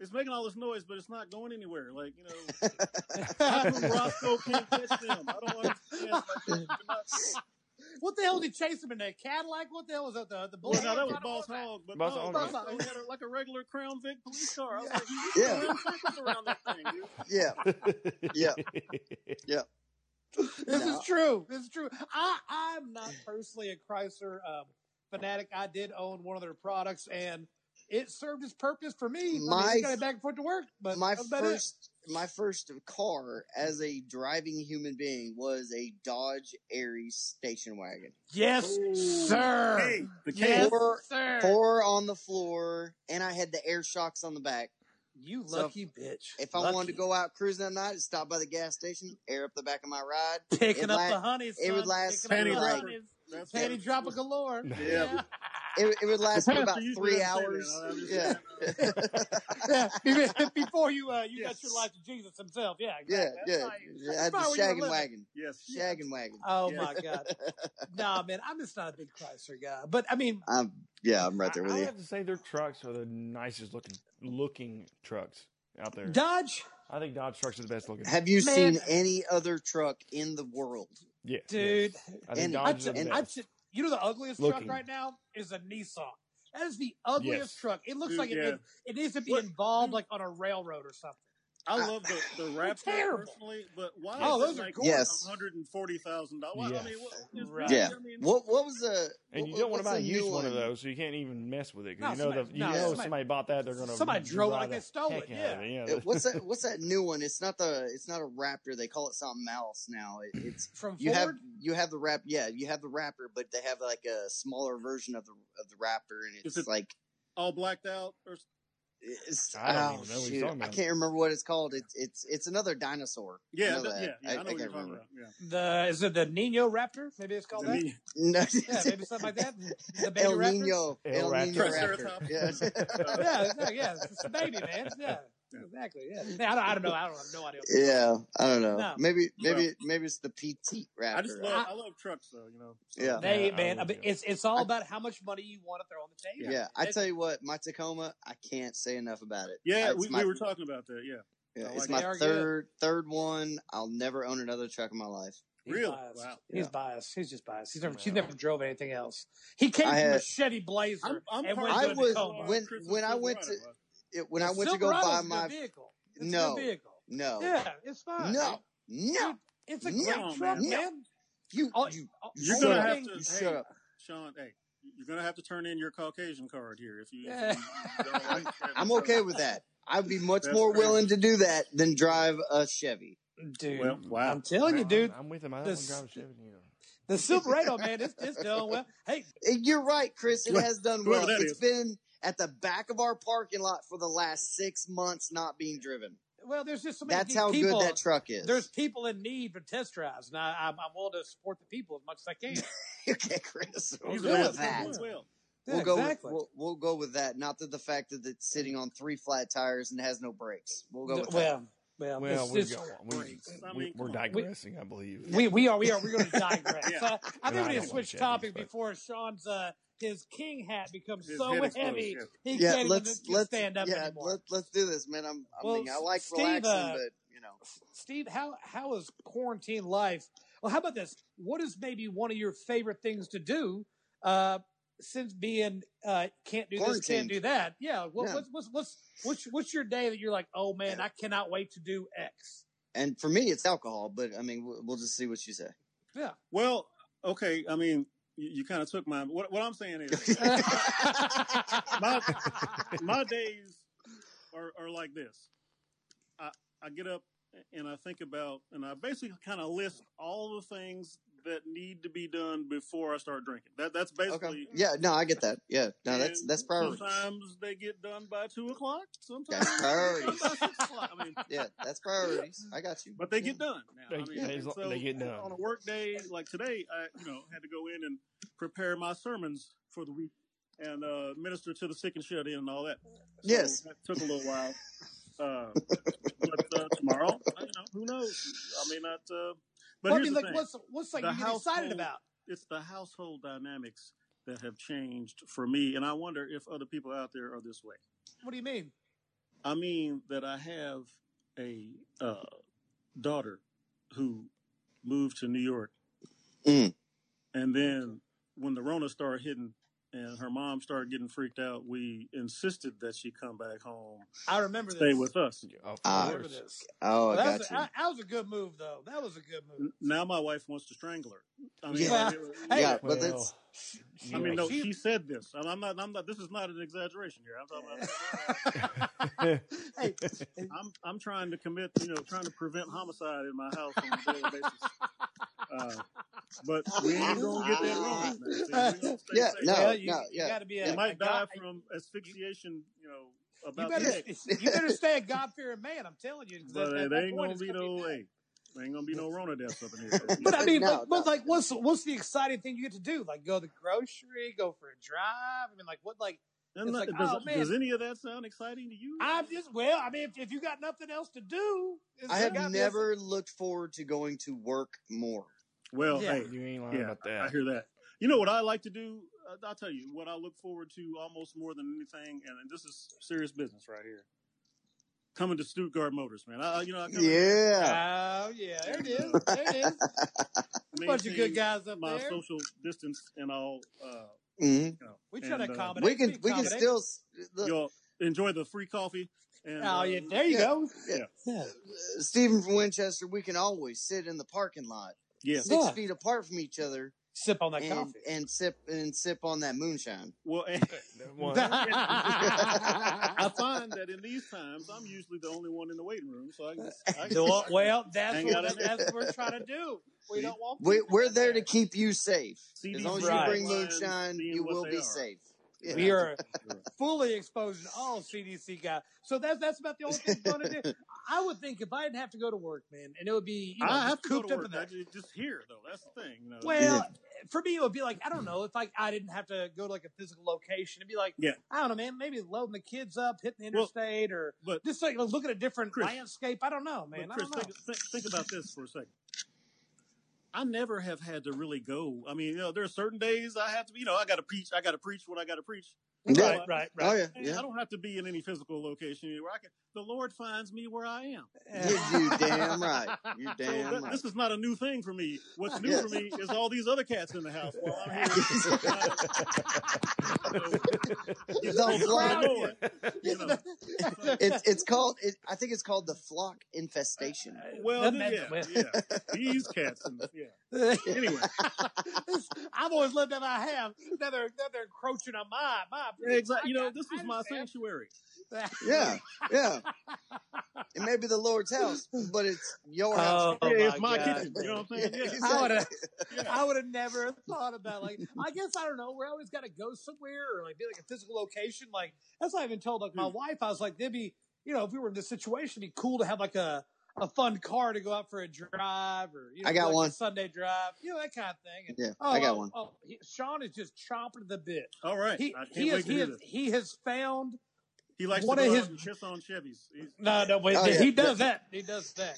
S4: it's making all this noise, but it's not going anywhere. Like you know, how come Roscoe can't catch them? I don't understand. Like, they're not-
S2: It. What the hell did he chase him in that Cadillac? What the hell was that? The the
S4: well, now
S2: Bulldog?
S4: that was
S2: What
S4: Boss
S2: that?
S4: Hog, but
S1: Boss
S4: no,
S1: Hog.
S4: Roscoe had a, like a regular Crown Vic police car. I was like, you
S3: Yeah.
S4: ran circles around that thing, dude.
S3: Yeah. Yeah.
S2: This
S3: No.
S2: is true. This is true. I I'm not personally a Chrysler um, fanatic. I did own one of their products, and it served its purpose for me. I
S3: My-
S2: mean, it got it back and forth to work, but
S3: my
S2: that's about it.
S3: first my first car as a driving human being was a Dodge Aries station wagon.
S2: Yes, sir.
S4: Hey, the
S2: yes,
S4: king.
S3: Four-
S2: sir.
S3: Four on the floor, and I had the air shocks on the back.
S2: You
S3: So,
S2: lucky bitch.
S3: If I
S2: Lucky.
S3: wanted to go out cruising at night, I'd stop by the gas station, air up the back of my ride.
S2: picking
S3: it
S2: up
S3: la-
S2: the honey, son.
S3: would last
S2: Picking up
S4: Panty
S2: the
S4: dropper.
S2: honeys.
S4: That's
S2: Panty
S4: what-
S2: dropper galore.
S1: Yeah.
S2: Yeah.
S3: It, it would last
S4: The
S3: for
S4: pastor
S3: about
S4: used to
S3: three
S4: have to say
S3: hours.
S4: that. I
S3: Yeah,
S4: understand.
S2: yeah. Even Before you uh, you
S4: Yes.
S2: got your life to Jesus himself. Yeah,
S3: yeah,
S2: exactly. That's how you-
S3: yeah. I had
S2: That's
S3: the
S2: probably where you
S3: shaggin'
S2: live.
S3: wagon,
S4: Yes.
S3: shaggin' wagon.
S2: Oh
S4: Yeah.
S2: my god. Nah, man, I'm just not a big Chrysler guy. But I mean,
S3: I'm yeah, I'm right
S1: I,
S3: there
S1: I
S3: with you.
S1: have to say their trucks are the nicest looking looking trucks out there.
S2: Dodge,
S1: I think Dodge trucks are the best looking.
S3: Have you
S2: Man.
S3: seen any other truck in the world?
S1: Yeah,
S2: dude.
S1: I think
S3: And-
S1: Dodge
S2: I
S1: are the
S2: t-
S1: best.
S2: I t- you know the ugliest
S1: Looking.
S2: truck right now is a Nissan. That is the ugliest
S1: Yes.
S2: truck. It looks
S4: Dude,
S2: like it,
S4: yeah.
S2: it, it needs to be
S4: What-
S2: involved like on a railroad or something.
S4: I love the, the Raptor
S2: terrible.
S4: personally, but why
S2: Oh,
S4: is
S2: those
S4: it
S2: are
S4: like
S3: gorgeous.
S4: one hundred and forty thousand dollars? I mean, what, it's
S2: Right.
S4: really-
S3: Yeah.
S4: I mean,
S3: What what was the
S1: and you
S3: what-
S1: don't want to
S3: what's
S1: buy a
S3: the
S1: used
S3: new
S1: one of those, so you can't even mess with it. 'cause
S2: No,
S1: you know,
S2: somebody-
S1: the, you
S2: no,
S1: know,
S2: somebody-
S1: somebody bought that, they're going to
S2: somebody drove it
S1: buy
S2: like
S1: the
S2: they stole
S1: heck
S2: it,
S1: out of
S2: yeah.
S1: it.
S3: Uh, what's that? What's that new one? It's not the. It's not a Raptor. They call it something else now. It, it's
S2: From
S3: you have
S2: Ford,
S3: you have the rap. Yeah, you have the Raptor, but they have like a smaller version of the of the Raptor, and it's
S4: Is it-
S3: like
S4: all blacked out or s-
S3: it's.
S1: I don't
S3: oh,
S1: even know what
S3: shoot.
S1: you're talking
S3: I
S1: about.
S3: can't remember what it's called. It's it's it's another dinosaur. I
S4: yeah,
S3: know
S4: th-
S3: that.
S4: yeah, yeah, I,
S3: I-
S4: know
S3: I
S4: what you're
S3: can't
S4: talking
S3: remember.
S4: about. Yeah.
S2: the is it the Nino Raptor? Maybe it's called
S4: I
S2: that.
S4: mean,
S3: No,
S2: Yeah, maybe something like that. The baby
S3: El
S2: raptor.
S3: Nino,
S1: El
S3: El,
S1: Raptor.
S3: Nino Raptor.
S4: Triceratops.
S3: Yeah.
S4: uh,
S2: Yeah, exactly, yeah, it's a baby man. Yeah, exactly. Yeah, Yeah, I don't, I don't know. I don't have no idea.
S3: yeah, I don't know.
S2: No.
S3: Maybe maybe
S4: Well.
S3: maybe it's the PT Raptor.
S4: I just love I, love trucks though, you know. So,
S3: Yeah.
S2: They
S1: Yeah, I
S2: man, I
S1: would
S2: mean,
S1: do.
S2: it's it's all
S3: I-
S2: about how much money you want to throw on the
S3: Yeah.
S2: table.
S3: I
S2: It-
S3: tell you what, my Tacoma, I can't say enough about it.
S4: Yeah,
S3: It's
S4: we,
S3: my-
S4: we were talking about that. Yeah,
S3: Yeah,
S4: I
S2: it.
S3: it's
S4: like
S2: They
S3: my
S2: are
S3: third third one. I'll never own another truck in my life.
S2: He's
S4: Really?
S2: biased.
S4: Wow.
S2: He's
S3: Yeah.
S2: biased. He's just biased. He's never, she's
S1: Yeah.
S2: never drove anything else. He came
S3: I
S2: from
S3: had-
S2: a Chevy Blazer and went
S3: I
S2: to
S4: partial
S2: a
S3: was-
S2: Tacoma.
S3: when-
S4: Chris's
S3: when I went
S4: Silverado,
S3: to-
S4: uh,
S3: It, when I
S2: The
S3: went to go
S2: Silverado's
S3: buy
S2: a good
S3: my
S2: vehicle. It's a
S3: No.
S2: good vehicle.
S3: no
S2: Yeah, it's fine.
S3: no no,
S2: Dude, it's a
S3: No,
S2: great
S4: man.
S2: truck,
S3: No.
S2: man.
S3: you
S2: All-
S3: you
S2: all-
S3: you
S4: You're
S2: Oh, all
S3: shut
S4: gonna
S2: the
S3: up.
S4: have
S2: things-
S4: to.
S3: You
S4: Hey,
S3: shut up.
S4: Sean. Hey, you're gonna have to turn in your Caucasian card here if you.
S2: Yeah.
S4: If you don't like Chevy
S3: I'm
S4: trucks.
S3: okay with that. I'd be much
S4: That's
S3: more
S4: crazy.
S3: willing to do that than drive a Chevy.
S2: dude.
S4: Well, wow.
S2: I'm telling you,
S1: I'm-
S2: dude,
S1: I'm, with him. I don't
S2: This-
S1: want to drive a Chevy either.
S2: the Silverado, man, it's it's doing well. Hey,
S3: And Eh, You're right, Chris. It
S4: Whoever-
S3: has done well.
S4: whoever that
S3: It's
S4: is.
S3: been at the back of our parking lot for the last six months, not being driven.
S2: well, there's just so many
S3: That's how
S2: people.
S3: good that truck is.
S2: there's people in need for test drives, and I, I'm, I'm willing to support the people as much as I can.
S3: okay, Chris. We'll
S4: He's
S3: go
S4: a-
S3: with that.
S4: he's a Will.
S2: Yeah,
S3: we'll go
S2: exactly.
S3: with we'll, we'll go with that. Not that the fact that it's sitting on three flat tires and has no brakes. We'll go
S2: D-
S3: with
S2: well, well,
S1: Well,
S2: it's-
S1: we're,
S2: it's-
S1: go- we,
S4: Brakes. I
S1: we,
S4: mean,
S1: we're
S4: come on.
S2: We-
S1: digressing, I believe.
S2: we we are we are we're going to digress.
S4: Yeah.
S2: Uh, I
S1: No,
S2: think
S1: I
S2: we need
S1: don't
S2: to
S1: like
S2: switch
S1: Chevys,
S2: topic
S1: but-
S2: before Sean's uh, his king hat becomes
S4: His
S2: so
S4: head explodes,
S2: heavy
S4: yes.
S2: he
S3: that. Yeah,
S2: can't
S3: let's
S2: even
S3: let's
S2: stand up
S3: yeah
S2: anymore.
S3: let, let's do this, man. I'm, I'm
S2: Well,
S3: thinking- I like
S2: Steve,
S3: relaxing,
S2: uh,
S3: but you know know.
S2: Steve, how how is quarantine life? Well, how about this? What is maybe one of your favorite things to do uh, since being uh, can't do this, can't
S3: Quarantined.
S2: do that? Yeah. What,
S3: Yeah.
S2: What's, what's what's what's what's your day that you're like, oh man, I cannot wait to do X.
S3: And for me, it's alcohol, but I mean, we'll, we'll just see what you say.
S4: Well, okay. I mean, you, you kind of took my. What, what I'm saying is, my my days are, are like this. I I get up and I think about and I basically kind of list all the things that need to be done before I start drinking. That that's
S3: Okay.
S4: basically.
S3: Yeah, no, I get that. Yeah, no, that's
S4: And
S3: that's priority.
S4: Sometimes they get done by two o'clock. Sometimes
S3: That's
S4: they get
S3: priorities.
S4: done by six o'clock. I mean,
S3: Yeah, that's priorities. I got you.
S4: but they get done. Now.
S1: They-
S4: I mean,
S1: yeah,
S4: and
S1: as long- they get
S4: on-
S1: done.
S4: on a work day like today. I you know had to go in and prepare my sermons for the week and uh, minister to the sick and shut in and all that.
S3: Yes.
S4: that took a little while. Uh, but uh, tomorrow, I- you know, who knows? I mean, not. Uh, but
S2: Well, I
S4: here's
S2: mean,
S4: the
S2: like,
S4: thing:
S2: what's what's like
S4: The
S2: you get excited
S4: household-
S2: about?
S4: it's the household dynamics that have changed for me, and I wonder if other people out there are this way.
S2: What do you mean?
S4: I mean that I have a uh, daughter who moved to New York,
S3: Mm.
S4: and then when the Rona started hitting and her mom started getting freaked out, we insisted that she come back home,
S2: I remember
S4: stay
S2: this.
S4: with us.
S1: Of
S2: I
S3: Ah.
S2: remember
S1: course.
S2: this.
S3: Oh, I
S2: Well, that,
S3: got
S2: was a,
S3: you.
S2: that- that was a good move, though. That was a good move.
S4: N- Now my wife wants to strangle her. I mean,
S2: Yeah.
S4: like, it was-
S2: Hey,
S3: yeah, but that's
S1: Well,
S4: I mean,
S1: yeah.
S4: no,
S2: She-
S4: she said this, and I'm not. I'm not. This is not an exaggeration here. I'm talking about.
S2: hey,
S4: I'm I'm trying to commit, you know, trying to prevent homicide in my house on a daily basis. Uh, but we ain't gonna get that wrong. man. See, we gonna stay
S3: Yeah,
S4: safe.
S3: No,
S2: well, you,
S3: no, yeah,
S2: got to be a,
S4: you
S2: a
S4: might die
S2: God,
S4: from asphyxiation, you know,
S2: You
S4: about
S2: better,
S4: the neck.
S2: you better stay a God fearing man. I'm telling you. 'cause at
S4: But it
S2: that
S4: ain't
S2: point,
S4: gonna
S2: it's
S4: be
S2: gonna
S4: no
S2: death.
S4: way. Ain't gonna be no Rona deaths up in here.
S2: But I mean,
S3: No,
S2: like, but
S3: no.
S2: like, what's what's the exciting thing you get to do? Like, go to the grocery, go for a drive. I mean, like, what? Like,
S4: And
S2: It's
S4: like,
S2: like,
S4: does,
S2: oh, man.
S4: does any of that sound exciting to you?
S2: I'm just well. I mean, if, if you got nothing else to do, it's-
S3: I
S2: you
S3: have
S2: got this-
S3: never looked forward to going to work more.
S4: well,
S2: Yeah.
S4: hey,
S1: you ain't lying
S4: yeah,
S1: about
S4: I
S1: that.
S4: hear that. You know what I like to do? Uh, I'll tell you what I look forward to almost more than anything, and this is serious business right here. Coming to Stuttgart Motors, man. I, I- you know, I come in there,
S3: Yeah.
S2: Oh yeah, there it is. There it is. A bunch of good
S4: maintain
S2: guys up
S4: My
S2: there.
S4: social distance and all. Uh,
S3: hmm
S4: you know,
S2: We try to
S4: and, uh,
S2: accommodate.
S3: We can we can
S2: accommodate.
S3: still s- look,
S4: y'all enjoy the free coffee. And,
S2: Oh
S4: uh,
S2: yeah, there you
S3: Yeah.
S2: go.
S4: Yeah.
S2: Yeah.
S3: Stephen from Winchester. We can always sit in the parking lot,
S4: yeah.
S3: six
S2: Yeah.
S3: feet apart from each other,
S2: Sip on that
S3: and,
S2: coffee.
S3: and sip and sip on that moonshine.
S4: Well, and
S1: One.
S4: I find that in these times, I'm usually the only one in the waiting room, so I can just. I can,
S2: well, well, that's
S4: Hang
S2: what,
S4: out in there.
S2: that's what we're trying to do. We don't want.
S3: We,
S2: people
S3: we're
S2: in
S3: there to keep you safe.
S4: See
S3: As
S4: these
S3: long as you
S2: Right.
S3: bring
S4: lines,
S3: moonshine,
S4: seeing
S3: you
S4: what
S3: will
S4: they
S3: be
S4: are.
S3: safe. Yeah.
S2: We are fully exposing all CDC guys. So that's that's about the only thing we're going to do. I would think if I didn't have to go to work, man, and it would be you know
S4: I have to go
S2: cooped
S4: to
S2: up
S4: work.
S2: in
S4: I
S2: there.
S4: ju- just here though. That's the thing. You know.
S2: Well, for me, it would be like I don't know if like I didn't have to go to like a physical location. It'd be like
S4: Yeah.
S2: I don't know, man. Maybe loading the kids up, hitting the
S4: Well,
S2: interstate, or
S4: but-
S2: just like look at a different
S4: Chris-
S2: landscape. I don't know,
S4: but
S2: man.
S4: Chris,
S2: I don't know.
S4: think, think, think about this for a second. I never have had to really go. I mean, you know, there are certain days I have to. be. You know, I got to preach. I got to preach what I got to preach.
S3: Yeah.
S2: Right, right,
S3: Oh
S2: right.
S3: yeah.
S4: And
S3: Yeah.
S4: I don't have to be in any physical location anywhere. I can. The Lord finds me where I am.
S3: You, you damn right. You
S4: So
S3: damn
S4: that-
S3: right.
S4: This is not a new thing for me. What's new
S3: Yes.
S4: for me is all these other cats in the house while I'm here.
S3: It's
S4: So,
S3: all flock.
S4: the Lord, you know.
S3: It's it's called. It, I think it's called the flock infestation.
S4: Well,
S2: That-
S4: yeah,
S2: that-
S4: yeah. These cats. And, yeah. Anyway,
S2: I've always loved that I have. Now they're now they're encroaching on my my.
S4: exactly. You
S2: I
S4: know,
S2: got-
S4: this was
S2: I
S4: my
S2: understand.
S4: sanctuary.
S3: Yeah. Yeah. It may be the Lord's house, but it's your house.
S2: Oh,
S4: yeah, it's
S2: my
S4: my
S2: God.
S4: kitchen. You know what I'm saying? Yeah.
S2: I would have, I would have never thought about like. I guess I don't know. We're always got to go somewhere or like be like a physical location. Like that's why I've been told like my wife. I was like, they'd be you know if we were in this situation, it'd be cool to have like a a fun car to go out for a drive or you know
S3: I got
S2: like a
S3: one.
S2: Sunday drive, you know that kind of thing. And,
S3: Yeah,
S2: oh,
S3: I got
S2: oh,
S3: one.
S2: Oh, he- Sean is just chomping at the bit.
S4: All right.
S2: He
S4: I can't
S2: he
S4: wait
S2: has,
S4: to
S2: he,
S4: do
S2: has,
S4: this.
S2: he has found
S4: He likes
S2: one
S4: to
S2: of
S4: go
S2: his-
S4: out and piss on Chevys. He's,
S2: no no wait
S3: Oh,
S2: he
S3: yeah.
S2: does that he does that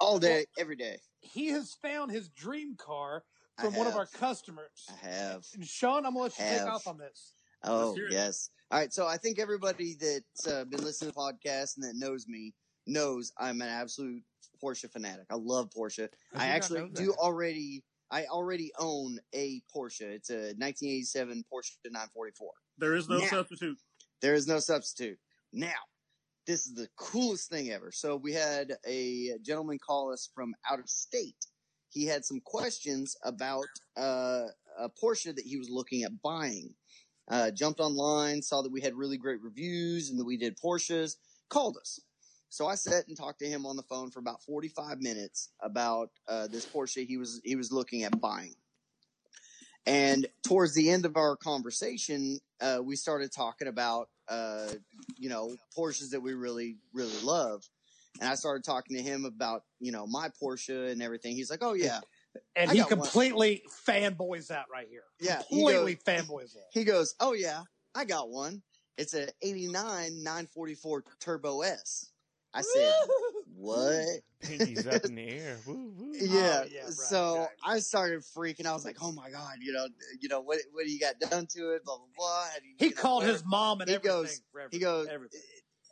S3: All day, every day.
S2: he has found his dream car
S3: I
S2: from one of
S3: have.
S2: our customers.
S3: I have.
S2: And Sean, I'm gonna let you take
S3: Have.
S2: off on this.
S3: Oh
S4: hear it.
S3: yes. All right. So I think everybody that's uh, been listening to the podcast and that knows me knows I'm an absolute Porsche fanatic. I love Porsche.
S6: I did
S3: I
S6: not
S3: actually
S6: know
S3: do
S6: that.
S3: already. I already own a Porsche. It's a 1987 Porsche 944.
S4: There is no
S3: Yeah.
S4: substitute.
S3: There is no substitute. Now, this is the coolest thing ever. So we had a gentleman call us from out of state. He had some questions about uh, a Porsche that he was looking at buying. Uh, jumped online, saw that we had really great reviews and that we did Porsches, called us. So I sat and talked to him on the phone for about 45 minutes about uh, this Porsche he was he was looking at buying. And towards the end of our conversation, uh, we started talking about, uh, you know, Porsches that we really, really love. And I started talking to him about, you know, my Porsche and everything. He's like, oh, yeah.
S2: And
S3: I
S2: he
S3: got one.
S2: completely fanboys out right here.
S3: Yeah. He goes,
S2: Completely fanboys out.
S3: he goes, oh, yeah, I got one. It's a 89 944 Turbo S. I said, what?
S1: Pinkies up in the air. Woo, woo.
S3: yeah.
S2: Oh, yeah, right,
S3: so
S2: right.
S3: I started freaking. I was like, "Oh my god!" You know, you know what? What do you got done to it? Blah blah blah. How do you,
S2: He
S3: you know,
S2: called
S3: whatever.
S2: his mom and
S3: He
S2: everything.
S3: goes-
S2: Reverend,
S3: he goes-
S2: Everything.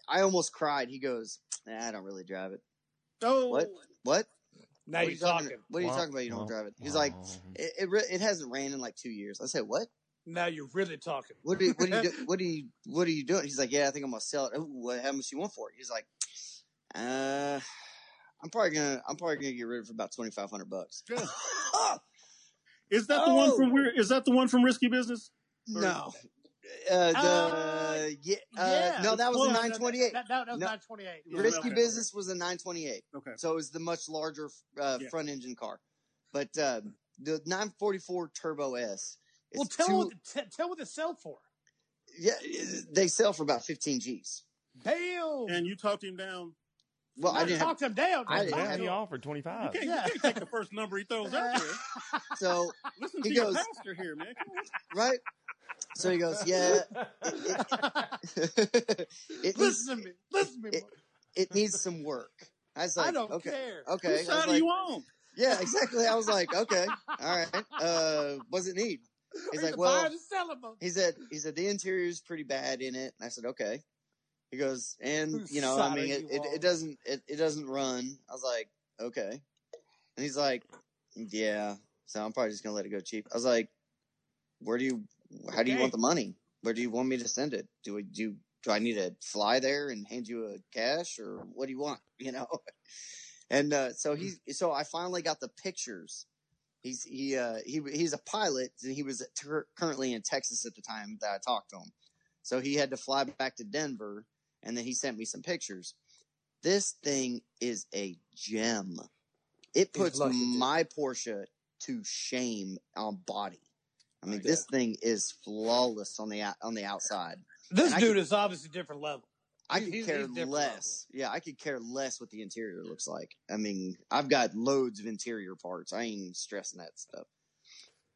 S3: I almost cried. He goes, nah, "I don't really drive it."
S2: Oh,
S3: What? What?
S2: now
S3: what
S2: you're talking.
S3: What are you
S1: Womp,
S3: talking about? You don't
S1: womp,
S3: drive it. He's like,
S1: womp.
S3: "It it, re- it hasn't ran in like two years." I said, "What?
S2: Now you're really talking.
S3: What do you, what do you do, what do you what are you doing?" He's like, "Yeah, I think I'm gonna sell it." "Oh, what, how much you want for it? He's like, "Uh." I'm probably gonna I'm probably gonna get rid of it for about twenty five hundred bucks.
S4: Is that the one
S3: Oh.
S4: from where? Is that the one from Risky Business?
S3: No. Uh, the,
S2: Uh,
S3: yeah, uh,
S2: yeah,
S3: no, that was a
S2: Well, no,
S3: nine twenty eight.
S2: That, that, that was
S3: No.
S2: 928.
S4: Yeah,
S3: Risky
S4: okay.
S3: Business was a 928,
S4: Okay.
S3: so it was the much larger uh,
S4: Yeah.
S3: front engine car. But uh, the 944 Turbo S, it's
S2: Well, tell,
S3: two-
S2: him what the, t- tell what they sell for.
S3: yeah, it- they sell for about 15 G's.
S2: Damn.
S4: And you talked him down.
S3: Well, I
S2: Not
S3: didn't have,
S2: talk him down.
S3: I
S2: man.
S3: didn't
S1: What
S2: Talk
S3: have
S2: to
S1: did he
S2: him.
S1: offer? Twenty
S4: You
S1: five.
S4: can't,
S2: Yeah.
S4: you can't take the first number he throws out there.
S3: so
S4: Listen
S3: He
S4: to your
S3: goes-
S4: pastor here, man. Come on.
S3: right. So he goes, yeah. It, it needs
S2: Listen to me. Listen to me.
S3: it- it needs some work. I was like,
S2: I don't
S3: okay,
S2: care.
S3: okay. I
S4: Whose
S3: was
S4: side are
S3: like-
S4: you on?
S3: Yeah, exactly. I was like, okay, all right. Uh, what's it need? He's
S2: Are you
S3: like,
S2: the
S3: well,
S2: buyer or the seller, mother-
S3: He said, he said the interior's pretty bad in it. And I said, okay. He goes, and
S2: Whose
S3: you know,
S2: side
S3: I mean,
S2: are
S3: it,
S2: you
S3: it,
S2: on?
S3: it doesn't, it, it doesn't run. I was like, okay. And he's like, yeah. So I'm probably just gonna let it go cheap. I was like, where do you, how do you
S2: Okay.
S3: want the money? Where do you want me to send it? Do we do? Do I need to fly there and hand you a cash, or what do you want? You know. And uh, so he, so I finally got the pictures. He's he uh, he he's a pilot, and he was tur currently in Texas at the time that I talked to him. So he had to fly back to Denver, and then he sent me some pictures. This thing is a gem. It
S2: He's
S3: puts
S2: lucky, dude.
S3: my Porsche to shame on body. I mean,
S2: Oh, yeah.
S3: this thing is flawless on the out- on the outside.
S2: This
S3: And I
S2: dude is obviously different level.
S3: I
S2: He-
S3: could
S2: he's-
S3: care
S2: he's different
S3: less. Yeah, I could care less what the interior looks like. I mean, I've got loads of interior parts. I ain't stressing that stuff.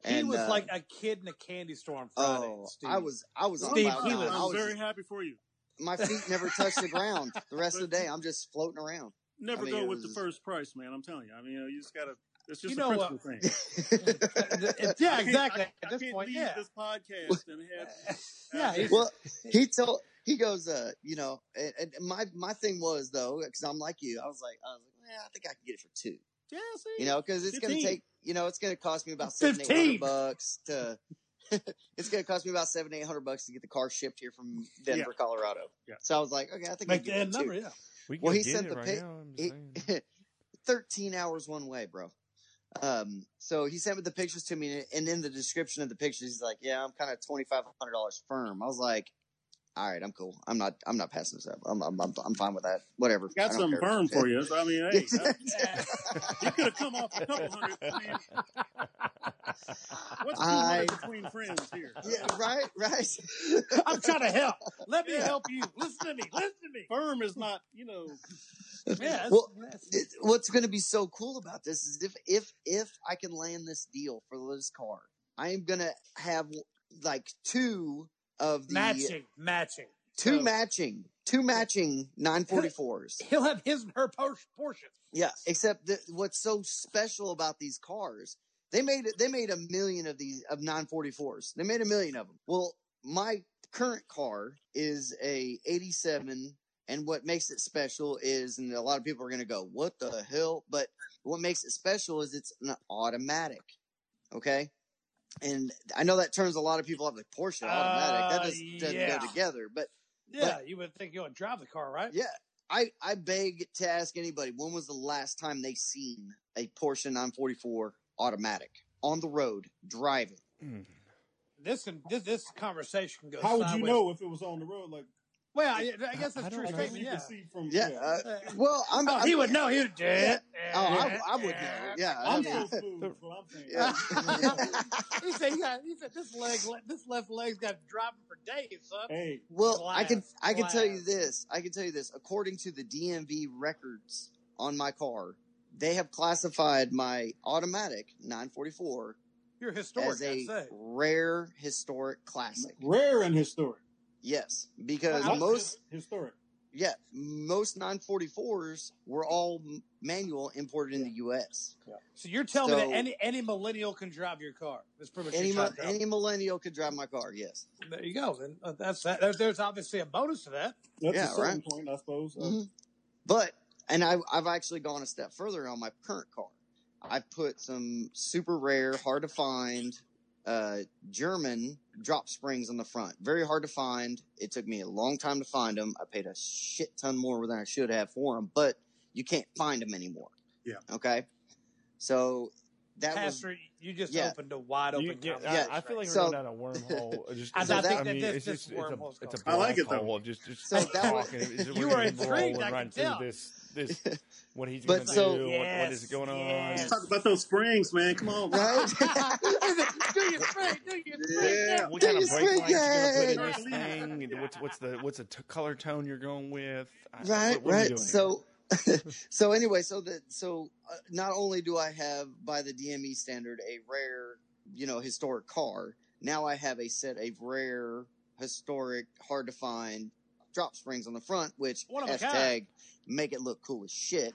S2: He
S3: And,
S2: was
S3: uh,
S2: like a kid in a candy store on Friday.
S3: oh,
S2: Steve.
S3: I was, I was
S2: Steve,
S3: on my,
S2: he
S3: own.
S2: was-
S3: I
S4: I'm
S3: was
S4: very happy for you.
S3: my feet never touched the ground. The rest of the day, I'm just floating around.
S4: Never
S3: I mean,
S4: go
S3: it
S4: with
S3: was-
S4: the first price, man. I'm telling you. I mean, you, know, you just gotta. It's just
S2: You know
S4: a
S2: what?
S4: principle thing.
S2: Uh, yeah,
S4: I can't-
S2: exactly.
S4: I,
S2: At this
S4: can't
S2: point,
S4: leave
S2: yeah.
S4: this podcast and have.
S2: yeah, he's-
S3: well, he told he goes, uh, you know, and, and my my thing was though, because I'm like you, I was like, I was like, well, I think I can get it for two,
S4: yeah, see.
S3: you know, because it's gonna
S4: 15.
S3: take, you know, it's gonna cost me about seven eight
S2: 15.
S3: hundred bucks to. it's gonna cost me about seven eight hundred bucks to get the car shipped here from Denver, Colorado.
S4: Yeah.
S3: So I was like, okay, I think
S2: like that
S3: I can get it
S2: number,
S3: for two.
S2: yeah.
S1: We can
S3: Well,
S1: go
S3: he
S1: get
S3: sent
S1: it
S3: the
S1: right
S3: pic-
S1: now. I'm just
S3: He-
S1: saying.
S3: 13 hours one way, bro. Um, so he sent me the pictures to me, and in the description of the pictures, he's like, "Yeah, I'm kind of twenty five hundred dollars firm." I was like, "All right, I'm cool. I'm not. I'm not passing this up. I'm. I'm. I'm, I'm fine with that. Whatever.
S4: Got something firm for you. So, I mean, hey, you could have come off a couple hundred. I mean, what's two
S3: I-
S4: hundred between friends here?
S3: Yeah. Right. Right.
S2: I'm trying to help. Let me help you. Listen to me. Listen to me.
S4: Firm is not, you know.
S2: Yeah, that's-
S3: Well,
S2: that's-
S3: It- What's going to be so cool about this is if if if I can land this deal for this car, I am going to have like two of the
S2: matching, matching.
S3: two
S2: So-
S3: matching two matching nine forty fours.
S2: He'll have his and her por- portion.
S3: Yeah, except that what's so special about these cars? They made it. They made a million of these of 944s. They made a million of them. Well, my current car is a 87 And what makes it special is, and a lot of people are going to go, what the hell? But what makes it special is it's an automatic. Okay. And I know that turns a lot of people off like Porsche automatic.
S2: Uh,
S3: that doesn't, doesn't
S2: yeah.
S3: go together, but
S2: Yeah, you would think you would drive the car, right?
S3: yeah. I, I beg to ask anybody, when was the last time they seen a Porsche 944 automatic on the road driving?
S2: This and this, this conversation can go.
S6: How would you
S2: sideways.
S6: know if it was on the road? Like,
S2: Well, I, I guess that's
S1: I
S2: true
S1: don't know.
S6: because
S2: statement.
S6: you
S2: Yeah.
S6: can see from
S3: Yeah. uh, well, I'm,
S2: Oh,
S3: I'm-
S2: he would know. He would. "Eh,
S3: Yeah. Oh, I, I would know. Yeah. I
S6: I'm
S3: mean,
S6: so smooth. is what I'm saying.
S3: yeah.
S2: he said. He, got, he said this leg, le- this left leg's got dropping for days, son.
S6: Hey,
S3: Well, I can
S2: Glass,
S3: I can tell you
S2: glass.
S3: this. I can tell you this. According to the DMV records on my car, they have classified my automatic 944
S2: You're historic.
S3: as
S2: I'd
S3: a
S2: say.
S3: rare historic classic.
S6: rare and historic.
S3: Yes, because
S6: Not
S3: most
S6: just historic.
S3: yeah most 944s were all m- manual imported in the U.S.
S2: So you're telling me
S3: So-
S2: that any any millennial can drive your car? That's pretty much
S3: Any
S2: your
S3: mi- any millennial could drive my car. Yes.
S2: There you go. Then Uh, that's that. There- There's obviously a bonus to that.
S6: That's
S3: Yeah,
S6: a selling
S3: right.
S6: point, I suppose. Uh,
S3: Mhm. But and I, I've actually gone a step further on my current car. I've put some super rare, hard to find uh, German drop springs on the front. Very hard to find. It took me a long time to find them. I paid a shit ton more than I should have for them, but you can't find them anymore.
S6: Yeah.
S3: Okay. So that was
S2: Pastor, you just
S3: yeah.
S2: opened a wide open.
S1: You get- I,
S2: conversation
S1: I feel like
S2: right
S1: we're
S3: So-
S1: going down a wormhole. Just,
S2: I- I
S3: So think that-
S1: I
S2: that
S1: mean,
S2: this-
S1: it's
S2: this
S1: just it's a,
S2: wormhole's
S1: it's a
S6: gone. I like it,
S1: black
S6: though.
S1: hole. Just just
S3: So
S1: keep
S3: that was-
S1: talking. It's-
S2: You
S1: we're
S2: were
S1: gonna roll
S2: intrigued, I
S1: right
S2: can
S1: through
S2: tell.
S1: this this what he's
S3: But
S1: going to
S3: so-
S1: do. what- what is
S2: Yes,
S1: going
S2: yes.
S4: Mm-hmm. Talk about those springs, man. Come on. man.
S3: right.
S2: now. do your thing. Do your thing.
S6: Yeah.
S1: on? What kind of
S3: Just
S1: brake lights you going to put in this
S4: forget.
S1: thing? And What's what's the what's the t- color tone you're going with? I-
S3: right
S1: what- what are we doing
S3: right
S1: here?
S3: so so anyway so that so uh, not only do i have by the dme standard a rare you know historic car now i have a set of rare historic hard to find drop springs on the front which
S2: One of a
S3: hashtag make it look cool as shit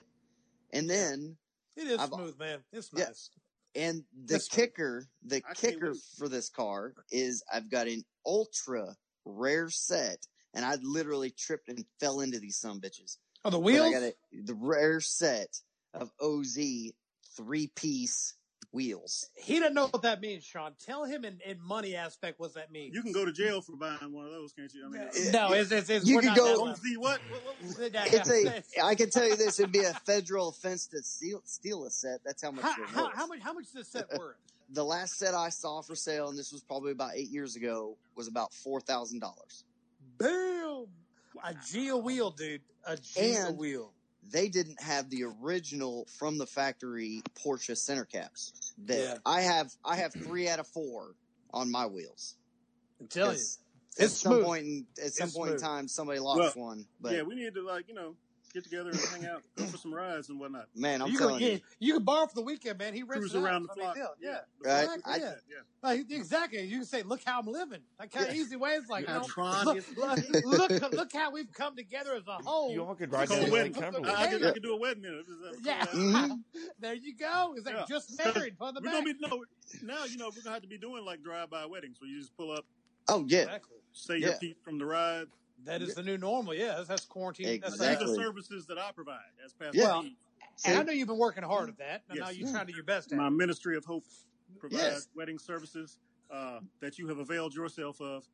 S3: and then
S2: It is
S3: I've-
S2: smooth, man. It's
S3: Yeah.
S2: nice.
S3: and the
S2: That's right.
S3: kicker the
S6: I can't
S3: kicker
S6: wait.
S3: for this car is i've got an ultra rare set and i literally tripped and fell into these some bitches
S2: Oh, the
S3: but I
S2: wheels.
S3: got a, the rare set of OZ three piece wheels.
S2: He doesn't know what that means, Sean. Tell him in, in money aspect what that means.
S4: You can go to jail for buying one of those, can't you? I mean,
S3: Yeah.
S2: no, it's, it's, it's
S3: You
S2: we're
S3: could
S2: not
S3: go-
S2: that
S4: don't
S2: level.
S4: see what? what, what-
S2: Yeah,
S3: It's
S2: yeah.
S3: a. I can tell you this would be a federal offense to steal, steal a set. That's how much
S2: how,
S3: they're
S2: how,
S3: worth.
S2: how much how much is this set worth?
S3: The last set I saw for sale, and this was probably about eight years ago, was about four thousand dollars.
S2: Boom! A Gia wheel, dude. A Gia
S3: And-
S2: wheel.
S3: They didn't have the original from the factory Porsche center caps. That
S2: Yeah.
S3: I have. I have three out of four on my wheels.
S2: I'm telling you.
S3: 'Cause At
S2: It's
S3: some
S2: smooth.
S3: point, in, at some
S2: It's
S3: point in
S2: smooth.
S3: time, somebody lost
S4: Well,
S3: one. But
S4: yeah, we need to like you know get together and hang out, go for some rides and whatnot,
S3: man, I'm
S2: you
S3: telling
S2: can
S3: you,
S2: get, you can borrow for the weekend, man. He rents
S4: cruise
S2: it out.
S4: around the
S2: I mean,
S4: block.
S2: deal. Yeah.
S3: Right,
S4: Like
S2: I-
S4: that, yeah.
S2: Like, exactly. You can say, "Look how I'm living." Like how
S3: Yeah.
S2: easy way it's like.
S1: Yeah.
S2: you know,
S4: Tron
S2: look,
S4: is-
S2: look, look, look how we've come together as a whole.
S1: You all could ride
S4: Go
S1: down to
S4: win.
S1: Lake Cumberland.
S4: I, I could,
S2: Yeah.
S4: I could do a wedding minute. This is- this is-
S2: yeah,
S3: Mhm.
S2: there you go. It's like
S4: Yeah.
S2: just married for the
S4: We're
S2: back.
S4: gonna be no now. You know we're gonna have to be doing like drive-by weddings where you just pull up,
S3: Oh yeah,
S2: Exactly.
S4: say your
S3: Yeah.
S4: piece from the ride.
S2: That is the new normal. Yeah, that's, that's quarantine. That's
S3: Exactly.
S4: These are services that I provide as pastor.
S3: Yeah.
S4: Pete.
S2: And I know you've been working hard at that. And
S4: Yes.
S2: now you're trying to do your best at
S4: my
S2: it.
S4: ministry of hope provides
S3: Yes.
S4: wedding services uh, that you have availed yourself of.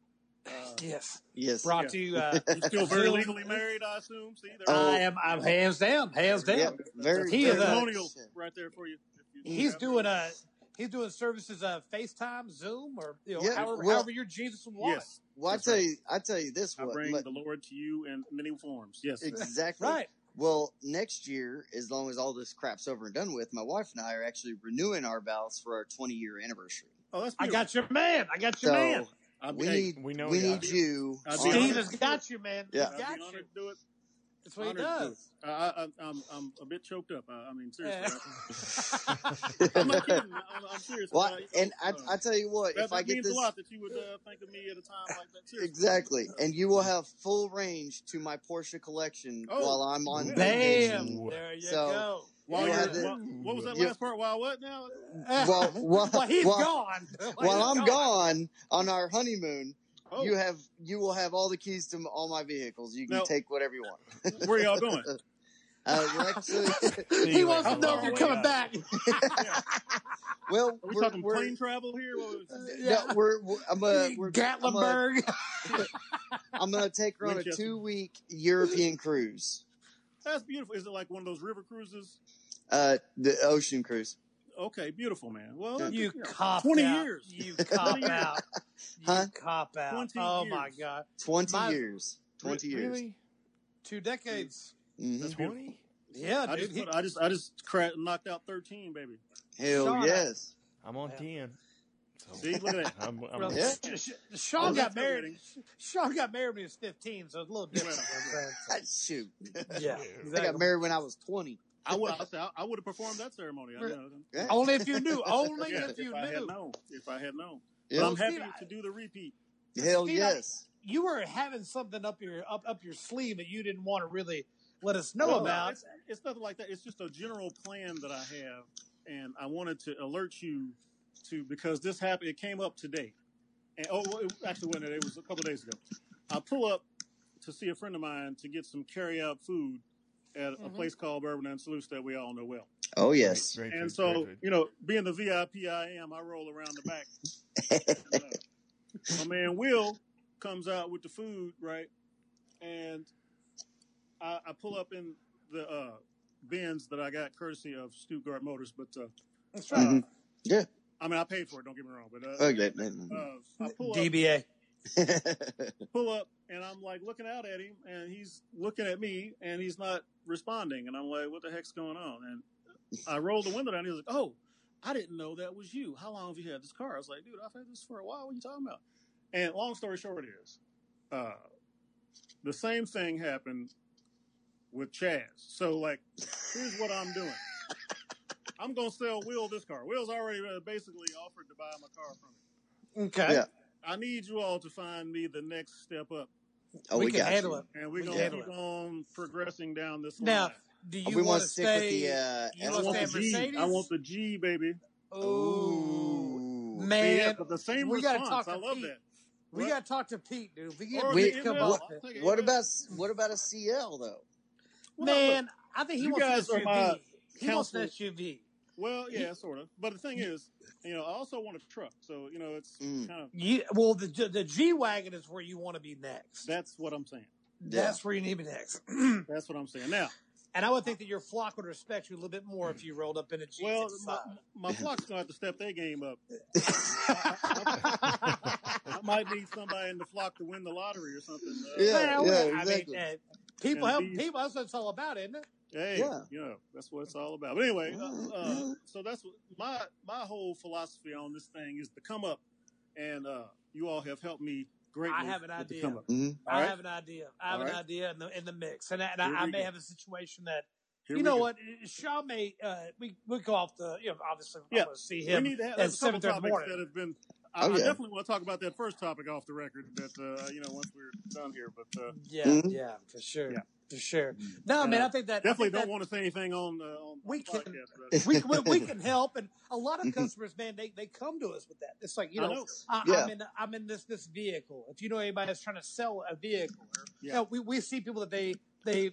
S4: Uh,
S2: Yes.
S3: yes.
S2: Brought to you. Uh,
S4: you're still very
S2: Still-
S4: legally married, I assume. See, there
S3: Oh,
S2: I am. I'm hands down. Hands down.
S3: Yeah, very.
S2: He
S4: he
S2: is
S4: is
S2: a-
S4: testimonial right there for you. If you
S3: Mm-hmm.
S2: He's
S4: have-
S2: doing uh He's doing services uh FaceTime, Zoom, or you know,
S3: Yeah,
S2: however,
S3: well-
S2: however your Jesus would want.
S4: Yes,
S3: Well, I
S4: That's
S3: tell
S4: right.
S3: you, I tell you this
S4: I
S3: what
S4: bring
S3: but-
S4: the Lord to you in many forms. Yes,
S2: it.
S3: exactly.
S2: Right.
S3: Well, next year, as long as all this crap's over and done with, my wife and I are actually renewing our vows for our 20 year anniversary.
S4: Oh, that's
S2: I got your man. I got your
S3: So
S2: man.
S4: I
S3: we need,
S1: We know
S3: we
S1: you.
S3: need you.
S4: I'll be
S2: Steve
S4: honored.
S2: has got you, man.
S3: Yeah.
S2: He's
S4: I'd
S2: got
S4: be
S2: you.
S4: honored to do it.
S2: That's what he
S4: Honored to do it.
S2: does.
S4: I, I, I'm- I'm, I'm a bit choked up. I, I mean, seriously. I'm
S3: on-
S4: not kidding. I'm, I'm serious.
S3: Well,
S4: Uh, you know,
S3: and I,
S4: uh,
S3: I tell you what,
S4: that,
S3: if I
S4: that
S3: get
S4: means
S3: this
S4: a lot that you would uh, think of me at a time like that. Seriously.
S3: exactly, and you will have full range to my Porsche collection
S4: Oh,
S3: while I'm on
S4: yeah.
S3: vacation.
S2: Bam! There you
S3: So-
S2: go.
S4: While
S3: You
S4: you're,
S3: have it.
S4: while- what was that
S3: You-
S4: last part? While what now?
S3: Well, well,
S2: Well, he's
S3: well-
S2: gone.
S3: While
S2: he's
S3: I'm gone on our honeymoon,
S2: Oh.
S3: You have you will have all the keys to m- all my vehicles. You can
S4: No.
S3: take whatever you want.
S4: Where y'all going?
S3: Uh, we're actually,
S2: he wants to know if
S1: Oh,
S2: you're
S1: yeah.
S2: coming back.
S3: well,
S4: Are we
S3: are
S4: talking
S3: we're,
S4: plane travel here? What was-
S3: no, we're, we're, I'm a, we're I'm a,
S2: Gatlinburg.
S3: I'm gonna take her on a
S4: Winchester.
S3: two week European cruise,
S4: That's beautiful. Is it like one of those river cruises?
S3: uh, the ocean cruise.
S4: Okay, beautiful, man. Well,
S3: Yeah.
S2: You
S4: know,
S2: cop
S4: 20
S2: out.
S4: years.
S2: You cop
S4: 20 years.
S2: out. You
S3: Huh?
S2: cop out.
S4: 20
S2: oh
S4: years.
S2: my god.
S3: Twenty
S2: My-
S3: years. Twenty years.
S1: Really?
S2: Two decades.
S3: hmm
S4: That's beautiful.
S1: Twenty?
S2: Yeah,
S4: I
S2: dude.
S4: just,
S2: He-
S4: put, I just, I just cra- knocked out thirteen, baby.
S3: Hell
S2: Shauna.
S3: yes.
S1: I'm on
S2: Yeah.
S1: ten. So
S4: See, look at that.
S1: I'm, I'm,
S2: Well,
S3: Yeah.
S2: Sh- Sh-
S4: Oh,
S2: Sean
S4: that's
S2: got married.
S4: committing.
S2: Sean got married when he was 15, so it's a little different.
S3: Shoot,
S2: yeah,
S3: I got
S2: exactly.
S3: married when I was twenty.
S4: I would, I, I would have performed that ceremony. I,
S2: Right.
S4: know.
S3: Yeah.
S2: Only if Oh, you knew. Only
S4: Yeah,
S2: if you
S4: I had
S2: knew.
S4: known, if I had known,
S3: Yeah.
S4: but I'm
S2: Well,
S4: happy
S2: Steve, I-
S4: to do the repeat.
S3: Hell
S2: Steve, I-
S3: yes.
S2: You were having something up your up up your sleeve that you didn't want to really let us know
S4: Well, no,
S2: about.
S4: it's, it's nothing like that. It's just a general plan that I have, and I wanted to alert you to because this happened. It came up today, and oh, well, it actually wasn't. today, It was a couple days ago. I pull up to see a friend of mine to get some carry-out food at a
S2: Mhm.
S4: place called Bourbon and Salute that we all know well.
S3: Oh yes.
S1: Great, great
S4: And
S1: food,
S4: so,
S1: great food.
S4: you know, being the VIP I am, I roll around the back. And, uh, my man Will comes out with the food, right? And I, I pull up in the uh, bins that I got courtesy of Stuttgart Motors, but uh,
S2: That's
S4: uh,
S2: right.
S3: Mhm. Yeah.
S4: I mean, I paid for it. Don't get me wrong, but uh,
S3: Okay.
S4: uh, I pull up,
S2: DBA.
S4: pull up, and I'm like looking out at him, and he's looking at me, and he's not responding, and I'm like, "What the heck's going on?" And I rolled the window down. He was like, "Oh, I didn't know that was you. How long have you had this car?" I was like, "Dude, I've had this for a while. What are you talking about?" And long story short is, uh, the same thing happened with Chaz. So like, here's what I'm doing. I'm gonna sell Will this car. Will's already uh, basically offered to buy my car from me.
S2: Okay.
S3: Yeah.
S4: I need you all to find me the next step up,
S3: oh,
S2: we,
S3: we,
S2: can
S3: got
S2: handle
S3: you.
S2: it.
S4: and we're
S2: We
S4: gonna
S3: can
S4: keep on progressing down this
S2: Now,
S4: line.
S2: Do you
S3: Oh, we
S2: want
S3: want
S2: to
S3: to stick
S2: stay?
S3: with the. Uh,
S2: you
S4: I
S2: wanna
S4: want
S2: stay
S4: the
S2: at
S4: G. I
S2: Mercedes?
S4: want the G, baby.
S2: oh
S3: Ooh.
S4: See,
S2: man,
S4: yeah, but the same
S2: we gotta
S4: response.
S2: talk to
S4: I love
S2: Pete.
S4: that.
S2: we
S4: What?
S2: got to talk to Pete, dude. We
S4: Or
S2: get
S3: the
S2: Pete to come
S4: ML.
S2: off
S4: I'll
S2: it.
S4: take an
S3: What
S4: ML.
S3: about what about a CL though?
S4: Well, look,
S2: Man, I think he
S4: you
S2: wants an
S4: guys are
S2: SUV.
S4: my
S2: he wants an
S4: counsel.
S2: SUV.
S4: Well, yeah, sort of. But the thing is, you know, I also want a truck. So you know, it's
S3: Mm.
S4: kind of
S2: You, well, the the G wagon is where you want to be next.
S4: that's what I'm saying.
S2: That's where you need to be next.
S4: That's what I'm saying. Now,
S2: and I would think that your flock would respect you a little bit more if you rolled up in a G.
S4: well, my, my flock's gonna have to step their game up. I might need somebody in the flock to win the lottery or something. Uh,
S3: Yeah.
S2: Man, what- I
S3: exactly.
S2: mean, uh, people
S4: And
S2: help
S4: these-
S2: people. That's what it's all about, isn't it?
S4: Hey,
S3: Yeah.
S4: you know that's what it's all about. But anyway,
S3: Mm,
S4: uh, uh,
S3: mm.
S4: so that's what my my whole philosophy on this thing is to come up, and uh, you all have helped me greatly.
S2: I have an
S4: with the
S2: idea.
S4: Come up.
S3: Mhm.
S4: All
S2: I
S4: right.
S2: have an idea. I have
S4: All
S2: an
S4: right.
S2: idea in the in the mix, and, I- and I,
S4: Here
S2: I
S4: we
S2: may
S4: go.
S2: have a situation that
S4: Here
S2: you
S4: we
S2: know
S4: go.
S2: what Shaw may uh, we we go off the you know obviously
S4: Yeah.
S2: I'm going to see
S4: We
S2: him
S4: need to have
S2: at
S4: there's a
S2: seven
S4: couple
S2: thirty in the
S4: topics
S2: morning.
S4: that have been. I,
S3: Oh,
S4: I
S3: yeah.
S4: definitely want to talk about that first topic off the record. That uh, you know once we're done here, but uh,
S2: Yeah,
S3: Mhm.
S2: yeah, for sure,
S4: Yeah. Mm-hmm.
S2: for sure. No,
S4: And
S2: man,
S4: I
S2: I think that I
S4: definitely
S2: think
S4: don't
S2: that
S4: want to say anything on uh, on,
S2: We
S4: on the
S2: can-
S4: podcast. About it.
S2: we, we we can help, and a lot of customers, man, they they come to us with that. It's like you
S4: I
S2: know,
S4: know.
S2: I,
S3: Yeah.
S2: I'm in I'm in this this vehicle. If you know anybody that's trying to sell a vehicle, or, you
S4: Yeah.
S2: know, we we see people that they they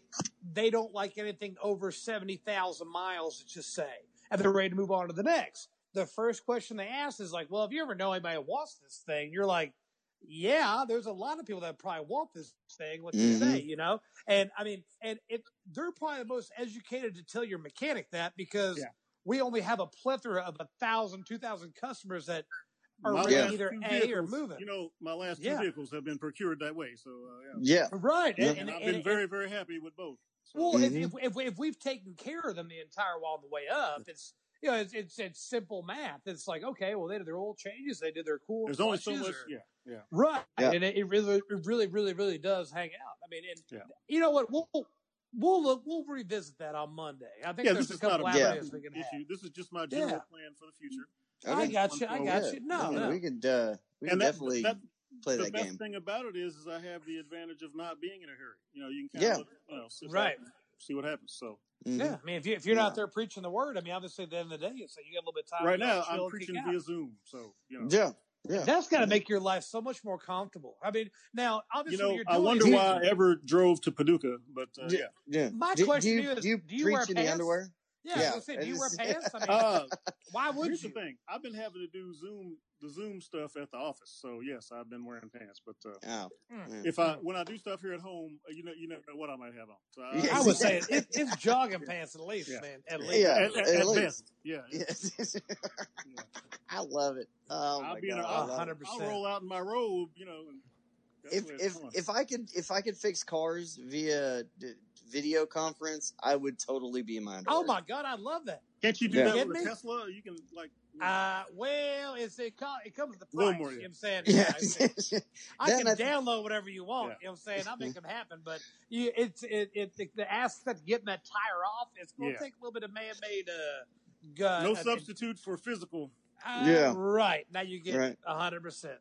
S2: they don't like anything over seventy thousand miles. Let's just say, and they're ready to move on to the next. The first question they ask is like, "Well, if you ever know anybody that wants this thing?" You're like, "Yeah, there's a lot of people that probably want this thing." What you
S3: Mhm.
S4: Mm-hmm.
S2: say, you know? And I mean, and it they're probably the most educated to tell your mechanic that because
S4: Yeah.
S2: we only have a plethora of a thousand, two thousand customers that are
S4: My
S2: ready
S3: Yeah.
S2: either
S4: two
S2: A or
S4: vehicles,
S2: moving.
S4: You know, my last two
S2: Yeah.
S4: vehicles have been procured that way. So uh, yeah.
S3: Yeah.
S2: right.
S3: Yeah.
S4: and, I've been very, very happy with both. So,
S2: well,
S3: Mhm.
S2: if, if, if, if we've taken care of them the entire while on the way up, it's you know it's it's, it's simple math. It's like okay, well they did their oil changes, they did their cool.
S4: there's only so
S2: flushes
S4: much.
S2: or-
S4: Yeah, yeah.
S2: Right.
S3: Yeah.
S2: And it, it really, it really, really, really does hang out. I mean, and
S4: Yeah.
S2: you know what? We'll, we'll look, we'll revisit that on on Monday. I think
S4: Yeah,
S2: there's
S4: this
S2: a
S4: is not a
S2: couple
S3: Yeah.
S2: ideas we can
S4: issue.
S2: have.
S4: This is just my
S2: Yeah.
S4: general plan for the future.
S2: I
S3: Okay.
S2: got you. I
S4: Yeah.
S2: got you. No,
S3: Yeah,
S2: no.
S3: We could. Uh, we could
S4: And that,
S3: definitely
S4: that,
S3: play
S4: the
S3: that
S4: best
S3: game.
S4: thing about it is, is I have the advantage of not being in a hurry. You know, you can kind
S3: Yeah.
S4: of look, you know, sit back
S2: Right.
S4: and see what happens. So
S3: Mhm.
S2: Yeah, I mean, if you if you're
S3: Yeah.
S2: not there preaching the word, I mean, obviously at the end of the day, it's like you got a little bit of time.
S4: right
S2: to go
S4: now,
S2: chill
S4: I'm
S2: and kick
S4: preaching
S2: out.
S4: via Zoom. So you know,
S3: Yeah. Yeah.
S2: That's got to make your life so much more comfortable. I mean, now
S4: You
S2: obviously,
S4: know,
S2: when you're
S4: I
S2: doing
S4: wonder
S2: it-
S4: why I ever drove to Paducah, but uh,
S3: D-
S4: yeah.
S3: Yeah.
S2: My
S3: do,
S2: question
S3: do you,
S2: is,
S3: do you,
S2: do you
S3: preach
S2: wear
S3: in the
S2: pants?
S3: underwear?
S2: Yeah,
S3: Yeah,
S2: I was gonna say, do you wear
S3: it's-
S2: pants? I mean,
S4: Uh,
S2: why would
S4: here's
S2: you?
S4: the thing: I've been having to do Zoom, the Zoom stuff at the office. So yes, I've been wearing pants. But uh,
S3: Oh.
S2: Mm.
S4: if I when I do stuff here at home, uh, you know, you never know what I might have on. So I,
S3: Yeah,
S2: I would say
S3: exactly.
S2: it, it's jogging pants at least,
S4: Yeah.
S2: man. At least.
S3: Yeah.
S4: at, at, at
S3: least.
S4: best, yeah.
S3: Yes. I love it. Oh
S4: I'll
S3: my
S4: be in
S3: god,
S4: a-
S3: I love it.
S2: hundred
S4: I'll
S2: percent.
S4: roll out in my robe, you know. and that's
S3: if
S4: where it's
S3: if
S4: going.
S3: if I could if I could fix cars via d- video conference, I would totally be in my underwear.
S2: Oh my god, I love that.
S4: can't you do
S3: Yeah.
S4: that
S2: Kidding
S4: with a
S2: me?
S4: Tesla? You can like
S2: Uh, well, it's it, co- it comes with the
S4: Little
S2: price.
S4: more,
S2: you know
S4: yeah.
S2: what I'm saying?
S3: Yeah.
S2: I mean, I
S3: Then
S2: can
S3: I th-
S2: download whatever you want.
S4: Yeah.
S2: You know what I'm saying? I make them happen, but you, it's it, it the, the aspect of getting that tire off. It's going to
S4: Yeah.
S2: take a little bit of man-made. Uh, gu-
S4: no
S2: uh,
S4: substitute for physical.
S2: Uh,
S3: Yeah.
S2: Right. Now you get
S3: Right.
S2: a 100%.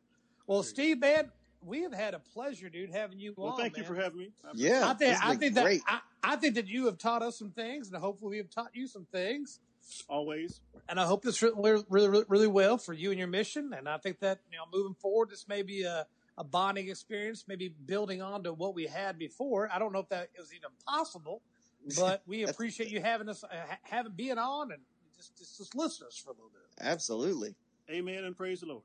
S2: Well, Steve, man, we have had a pleasure, dude, having you
S4: Well,
S2: on.
S4: thank you
S2: man.
S4: for having me. I appreciate
S3: yeah,
S2: I think,
S3: this has
S2: I
S3: been
S2: think that
S3: great.
S2: I, I think that you have taught us some things, and hopefully we have taught you some things.
S4: it. always.
S2: And I hope this re- really, really, really well for you and your mission. And I think that you know, moving forward, this may be a, a bonding experience, maybe building on to what we had before. I don't know if that is even possible, but we
S3: That's-
S2: appreciate you having us, uh, ha- having being on, and just, just just listeners for a little bit.
S3: absolutely,
S4: Amen and praise the Lord.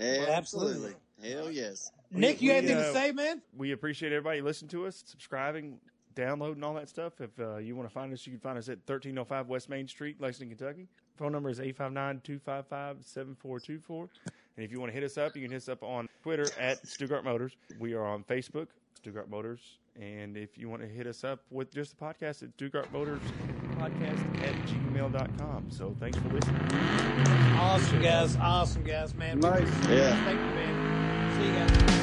S3: absolutely, hell yes.
S2: Nick, you
S1: we,
S2: had anything
S1: uh,
S2: to say, man?
S1: We appreciate everybody listening to us, subscribing, downloading, all that stuff. If uh, you want to find us, you can find us at 1305 West Main Street, Lexington, Kentucky. Phone number is 859 255 7424. And if you want to hit us up, you can hit us up on Twitter at Stuttgart Motors. We are on Facebook, Stuttgart Motors. And if you want to hit us up with just the podcast, it's Stuttgart Motors Podcast at gmail.com. So thanks for listening.
S2: Awesome, guys. Awesome, guys, man.
S4: Nice.
S2: Thank you,
S3: Yeah.
S2: man. See you guys.